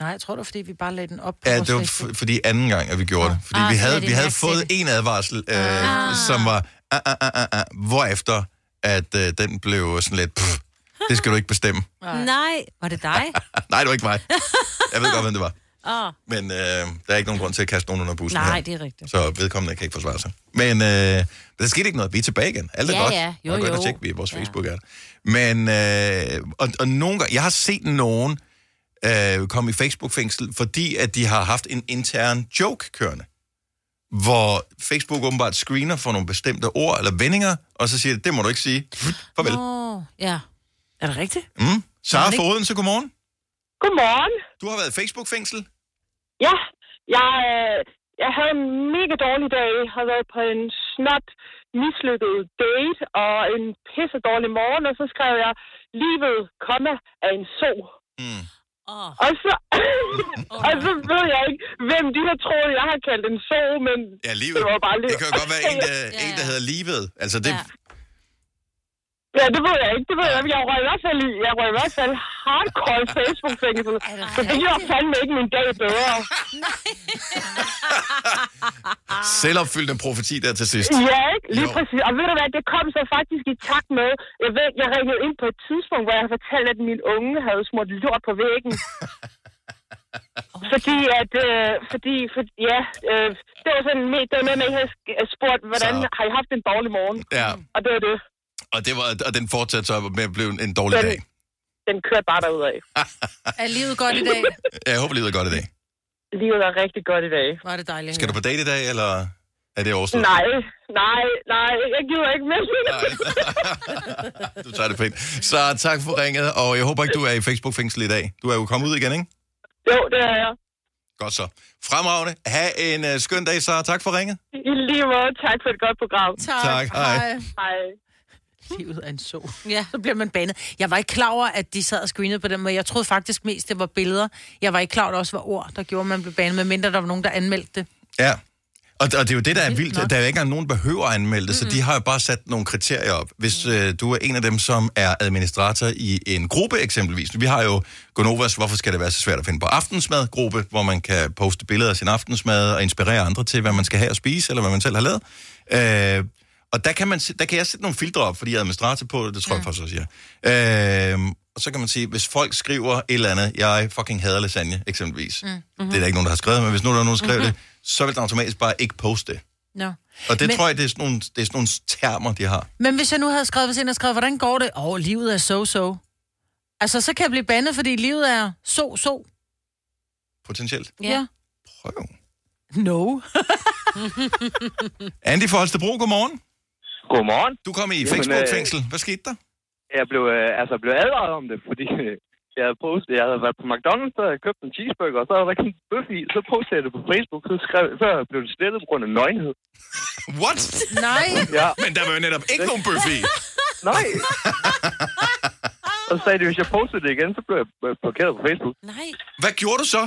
Speaker 3: Nej, jeg tror det var, fordi vi bare lagde den op på
Speaker 1: Ja,
Speaker 3: vores
Speaker 1: det var
Speaker 3: Facebook.
Speaker 1: f- fordi anden gang, at vi gjorde det. Fordi
Speaker 3: Ah,
Speaker 1: vi
Speaker 3: så
Speaker 1: havde,
Speaker 3: lagde de
Speaker 1: vi havde
Speaker 3: mærke til
Speaker 1: fået en advarsel, øh, som var, ah, ah, ah, ah, ah, hvorefter at øh, den blev sådan lidt, pff, det skal du ikke bestemme.
Speaker 4: Nej, var det dig?
Speaker 1: Nej, det var ikke mig. Jeg ved godt, hvem det var.
Speaker 4: Åh.
Speaker 1: Men øh, der er ikke nogen grund til at kaste nogen under bussen
Speaker 4: Ah. Nej,
Speaker 1: her.
Speaker 4: det er rigtigt.
Speaker 1: Så vedkommende kan ikke forsvare sig. Men øh, der skete ikke noget. Vi er tilbage igen. Alt er
Speaker 4: Ja,
Speaker 1: godt.
Speaker 4: ja. Jo,
Speaker 1: og gå ind og
Speaker 4: jo.
Speaker 1: tjek, vi vores Facebook er der. Men, øh, og, og nogle gange, jeg har set nogen øh, komme i Facebook-fængsel, fordi at de har haft en intern joke kørende. Hvor Facebook åbenbart screener for nogle bestemte ord eller vendinger, og så siger det, det må du ikke sige. Farvel.
Speaker 4: Åh, ja.
Speaker 3: Er det rigtigt?
Speaker 1: Mm.
Speaker 4: Nå,
Speaker 1: Sara
Speaker 4: det-
Speaker 1: Foden, så godmorgen.
Speaker 10: Godmorgen.
Speaker 1: Du har været i Facebook-fængsel.
Speaker 10: Ja, jeg, øh, jeg havde en mega dårlig dag. Jeg har været på en snot mislykket date og en pisse dårlig morgen, og så skrev jeg, livet, komma, er en so.
Speaker 1: Mm.
Speaker 4: Oh.
Speaker 10: Og, så, og så ved jeg ikke, hvem de har troet, jeg har kaldt en so, men
Speaker 1: Ja, livet.
Speaker 10: det var bare livet.
Speaker 1: Det kan jo godt være en, øh, der, ja, en, der hedder livet. Altså, det, ja.
Speaker 10: Ja, det ved jeg ikke. Det ved jeg ikke. Jeg røg i hvert fald, i, jeg røg i hvert fald hardcore Facebook-fængsel. Så det gjorde fandme ikke min dag bedre.
Speaker 1: Ah. Selvopfyldende profeti der til sidst.
Speaker 10: Ja, ikke? Lige jo. præcis. Og ved du hvad, det kom så faktisk i takt med, jeg ved, jeg ringede ind på et tidspunkt, hvor jeg fortalte, at min unge havde smurt lort på væggen.
Speaker 20: Fordi at, øh, fordi, for, ja, øh, det var sådan, me- det var noget med, at jeg havde sk- spurgt, hvordan
Speaker 1: Så.
Speaker 20: så. har I haft en dårlig morgen?
Speaker 1: Ja,
Speaker 20: Og det var det.
Speaker 1: og, det var, og den fortsatte så med at blive en dårlig
Speaker 20: Den-
Speaker 1: dag.
Speaker 20: Den kørte bare derudad.
Speaker 3: Er livet godt i dag?
Speaker 1: Ja, Jeg håber, livet er godt i dag.
Speaker 20: Livet er rigtig godt i dag.
Speaker 3: Var det dejligt.
Speaker 1: Skal du på date i dag, eller er det overstået?
Speaker 20: Nej, nej, nej, jeg gider ikke mere.
Speaker 1: Du tager det pænt. Så tak for ringet, og jeg håber ikke, du er i Facebook-fængsel i dag. Du er jo kommet ud igen, ikke?
Speaker 20: Jo, det er jeg.
Speaker 1: Godt så. Fremragende. Ha' en uh, skøn dag, Sara. Tak for ringet.
Speaker 20: I lige måde, tak for et godt program.
Speaker 3: Tak.
Speaker 1: Tak, hej.
Speaker 20: Hej.
Speaker 3: Livet er en så. Ja. Så bliver man bandet. Jeg var ikke klar over, at de sad og screenede på den måde. Jeg troede faktisk mest, det var billeder. Jeg var ikke klar over, at der også var ord, der gjorde, at man blev bandet, medmindre der var nogen, der anmeldte det.
Speaker 1: Ja. Og, og det er jo det, der er vildt. at Der er jo ikke engang nogen, der behøver at anmelde det, så de har jo bare sat nogle kriterier op. Hvis øh, du er en af dem, som er administrator i en gruppe eksempelvis. Vi har jo Gonovas, hvorfor skal det være så svært at finde på aftensmad-gruppe, hvor man kan poste billeder af sin aftensmad og inspirere andre til, hvad man skal have at spise, eller hvad man selv har lavet. Øh, og der kan, man, se- der kan jeg sætte nogle filtre op, fordi jeg er administrator på det, det tror jeg faktisk også, jeg. Øh, og så kan man sige, hvis folk skriver et eller andet, jeg fucking hader lasagne, eksempelvis. Mm. Mm-hmm. Det er der ikke nogen, der har skrevet, men hvis nu der er nogen, der skrev mm-hmm. det, så vil den automatisk bare ikke poste det.
Speaker 3: No.
Speaker 1: Og det
Speaker 3: Men-
Speaker 1: men... tror jeg, det er, sådan nogle, det er sådan nogle termer, de har.
Speaker 3: Men hvis jeg nu havde skrevet, hvis jeg havde skrevet, hvordan går det? Åh, oh, livet er so-so. Altså, så kan jeg blive bandet, fordi livet er so-so.
Speaker 1: Potentielt.
Speaker 3: Ja.
Speaker 1: Prøv.
Speaker 3: No.
Speaker 1: Andy fra Holstebro, godmorgen.
Speaker 11: Godmorgen.
Speaker 1: Du kom i
Speaker 11: Jamen, øh,
Speaker 1: Facebook-fængsel. Hvad skete der?
Speaker 11: Jeg blev, øh, altså, jeg blev advaret om det, fordi øh, jeg havde, postet, jeg havde været på McDonald's, så havde jeg købt en cheeseburger, og så havde der ikke en bøf i, så postede jeg det på Facebook, så skrev, før blev det slettet på grund af nøgenhed.
Speaker 1: What?
Speaker 3: Nej.
Speaker 11: Ja.
Speaker 1: Men der var jo netop ikke nogen bøf i.
Speaker 11: Nej. og så sagde de, hvis jeg postede det igen, så blev jeg øh, blokeret på Facebook.
Speaker 3: Nej.
Speaker 1: Hvad gjorde du så?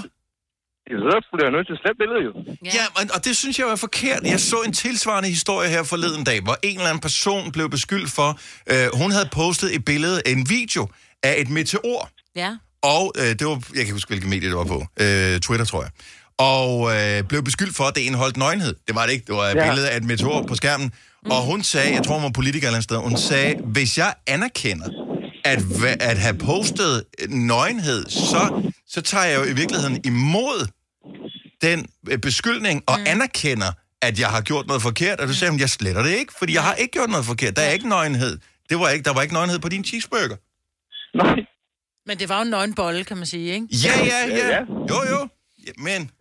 Speaker 11: Så blev jeg nødt til at slette billedet jo.
Speaker 1: Ja, ja og, og det synes jeg var forkert. Jeg så en tilsvarende historie her forleden dag, hvor en eller anden person blev beskyldt for, øh, hun havde postet et billede, en video af et meteor.
Speaker 4: Ja.
Speaker 1: Og øh, det var, jeg kan ikke huske, hvilket medie det var på. Øh, Twitter, tror jeg. Og øh, blev beskyldt for, at det indeholdt nøgenhed. Det var det ikke. Det var et
Speaker 11: Ja.
Speaker 1: ja. billede af et meteor på skærmen. Mm. Og hun sagde, jeg tror, hun var politiker et eller andet sted, hun sagde, hvis jeg anerkender, at, hva- at have postet nøgenhed, så, så tager jeg jo i virkeligheden imod den øh, beskyldning og mm. anerkender, at jeg har gjort noget forkert. Og du sagde, hun, jeg sletter det ikke, fordi jeg har ikke gjort noget forkert. Der er ikke nøgenhed. Det var ikke, der var ikke nøgenhed på din cheeseburger.
Speaker 3: Men det var jo en nøgen bolle, kan man sige, ikke?
Speaker 1: Ja, ja, ja. Jo, jo. Ja, men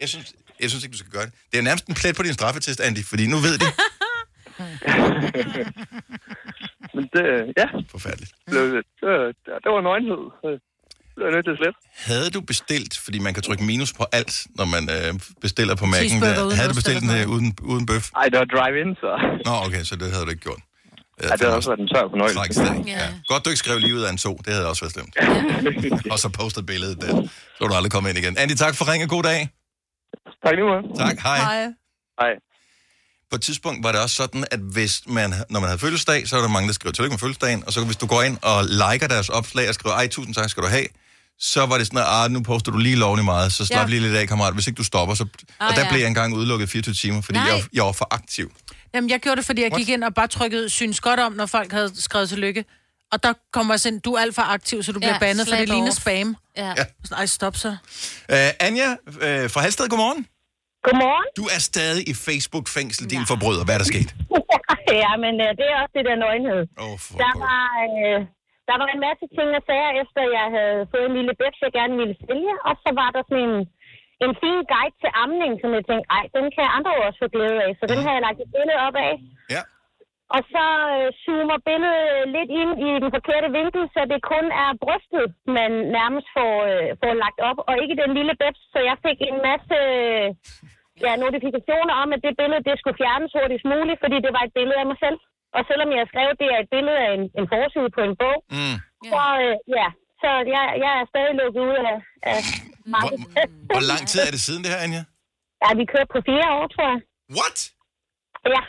Speaker 1: jeg synes, jeg synes ikke, du skal gøre det. Det er nærmest en plet på din straffetest, Andy, fordi nu ved de.
Speaker 11: Men det, øh, ja.
Speaker 1: Forfærdeligt.
Speaker 11: Blev, det, det, det var nøgenhed. Så blev jeg nødt til at slette.
Speaker 1: Havde du bestilt, fordi man kan trykke minus på alt, når man øh, bestiller på Mac'en,
Speaker 11: Cheeseburger
Speaker 1: der,
Speaker 11: uden
Speaker 1: havde du
Speaker 11: ost
Speaker 1: bestilt den
Speaker 11: eller
Speaker 1: øh, uden, uden bøf?
Speaker 11: Ej, det var drive-in, så...
Speaker 1: Nå, okay, så det havde du ikke gjort.
Speaker 11: Ja, det havde også været en tør fornøjelse.
Speaker 1: Træk ja. Godt, du ikke skrev livet af en so. Det havde også været slemt. og så postet billedet der. Så var du aldrig kommet ind igen. Andy, tak for ringen. God dag.
Speaker 11: Tak lige måde.
Speaker 1: Tak, hej.
Speaker 11: Hej.
Speaker 1: På et tidspunkt var det også sådan, at hvis man, når man havde fødselsdag, så var der mange, der skrev tillykke med fødselsdagen, og så hvis du går ind og liker deres opslag og skriver, ej, tusind tak skal du have, så var det sådan, at "Ah, nu poster du lige lovlig meget, så slap
Speaker 3: Ja.
Speaker 1: ja. lige lidt af, kammerat. Hvis ikke du stopper, så...
Speaker 3: Ah,
Speaker 1: og der
Speaker 3: ja.
Speaker 1: ja. blev jeg engang udelukket 24 timer, fordi
Speaker 3: Nej.
Speaker 1: jeg, jeg, var for aktiv.
Speaker 3: Jamen, jeg gjorde det, fordi jeg gik ind og bare trykkede synes godt om, når folk havde skrevet tillykke. Og der kommer jeg sådan, du er alt for aktiv, så du ja,
Speaker 4: Ja,
Speaker 3: bliver bandet, for
Speaker 4: slap
Speaker 3: det ligner
Speaker 4: off.
Speaker 3: spam.
Speaker 4: Ja.
Speaker 1: Ja.
Speaker 3: Sådan, Ej, stop så.
Speaker 1: Øh, Anja øh, fra Halsted, godmorgen.
Speaker 23: Godmorgen.
Speaker 1: Du er stadig i Facebook-fængsel, din forbryder. Hvad er der sket?
Speaker 23: ja, men øh, det er også det der nøgenhed.
Speaker 1: Oh,
Speaker 23: der, var, øh, der var en masse ting og sager, efter jeg havde fået en lille bæks, jeg gerne ville sælge. Og så var der sådan en, en fin guide til amning, som jeg tænkte, ej, den kan andre jo også få glæde af. Så den har jeg lagt et billede op af.
Speaker 1: Ja.
Speaker 23: Og så øh, zoomer billedet øh, lidt ind i den forkerte vinkel, så det kun er brystet, man nærmest får, øh, får lagt op, og ikke den lille bæps. Så jeg fik en masse øh, ja, notifikationer om, at det billede det skulle fjernes hurtigst muligt, fordi det var et billede af mig selv. Og selvom jeg skrev, det er et billede af en, en forside på en bog,
Speaker 1: mm.
Speaker 23: så, øh, ja, så jeg, jeg er stadig lukket ud af, af markedet.
Speaker 1: Hvor lang tid er det siden det her, Anja?
Speaker 23: Ja, vi kørte på fire år, tror jeg.
Speaker 1: What?
Speaker 23: Ja.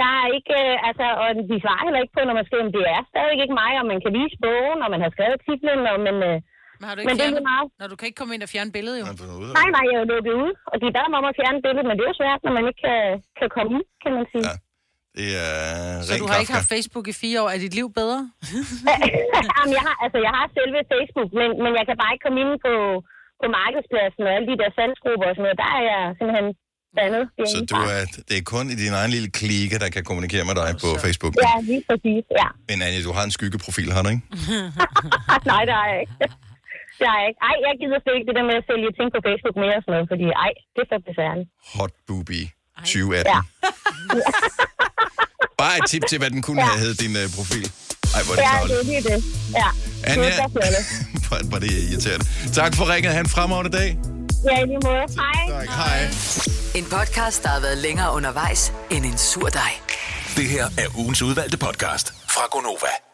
Speaker 23: Der er ikke, øh, altså, og de svarer heller ikke på, når man skriver, om det er stadig ikke mig, og man kan vise bogen, og man har skrevet titlen, og man... Øh,
Speaker 3: Men har du ikke
Speaker 23: men det er
Speaker 3: fjernet?
Speaker 23: lige meget.
Speaker 3: Når du kan ikke komme ind og fjerne billedet, jo.
Speaker 23: Nej, nej, jeg er jo lukket ud, og de bad mig om at fjerne billedet, men det er jo svært, når man ikke kan, kan komme ud, kan man sige. Ja.
Speaker 1: Det er
Speaker 3: Så
Speaker 1: ren
Speaker 3: du har ikke
Speaker 1: Kafka.
Speaker 3: haft Facebook i fire år. Er dit liv bedre?
Speaker 23: Jamen, jeg har, altså, jeg har selve Facebook, men, men jeg kan bare ikke komme ind på, på markedspladsen og alle de der salgsgrupper og sådan noget, der er jeg simpelthen bandet.
Speaker 1: Så du er, det er kun i din egen lille klike, der kan kommunikere med dig på Facebook.
Speaker 23: Ja, lige præcis, ja.
Speaker 1: Men Anja, du har en skyggeprofil, har du ikke?
Speaker 23: Nej, der er jeg ikke. Der er jeg ikke. Ej, jeg gider slet ikke det der med at sælge ting på Facebook mere og sådan noget, fordi ej, det er for besværligt.
Speaker 1: Hot Booby 2018.
Speaker 23: Ja.
Speaker 1: Bare et tip til, hvad den kunne have heddet, din øh, profil. Ej, hvor er det
Speaker 23: ja, det
Speaker 1: knavlet.
Speaker 23: er lige det. Ja.
Speaker 1: Anja.
Speaker 23: Det er så fjollet.
Speaker 1: Hvor var det irriterende. Tak for ringet. Han fremragende dag.
Speaker 23: Ja, i lige måde. Hej.
Speaker 1: Tak. Hej.
Speaker 9: En podcast, der har været længere undervejs end en sur dej.
Speaker 14: Det her er ugens udvalgte podcast fra Gonova.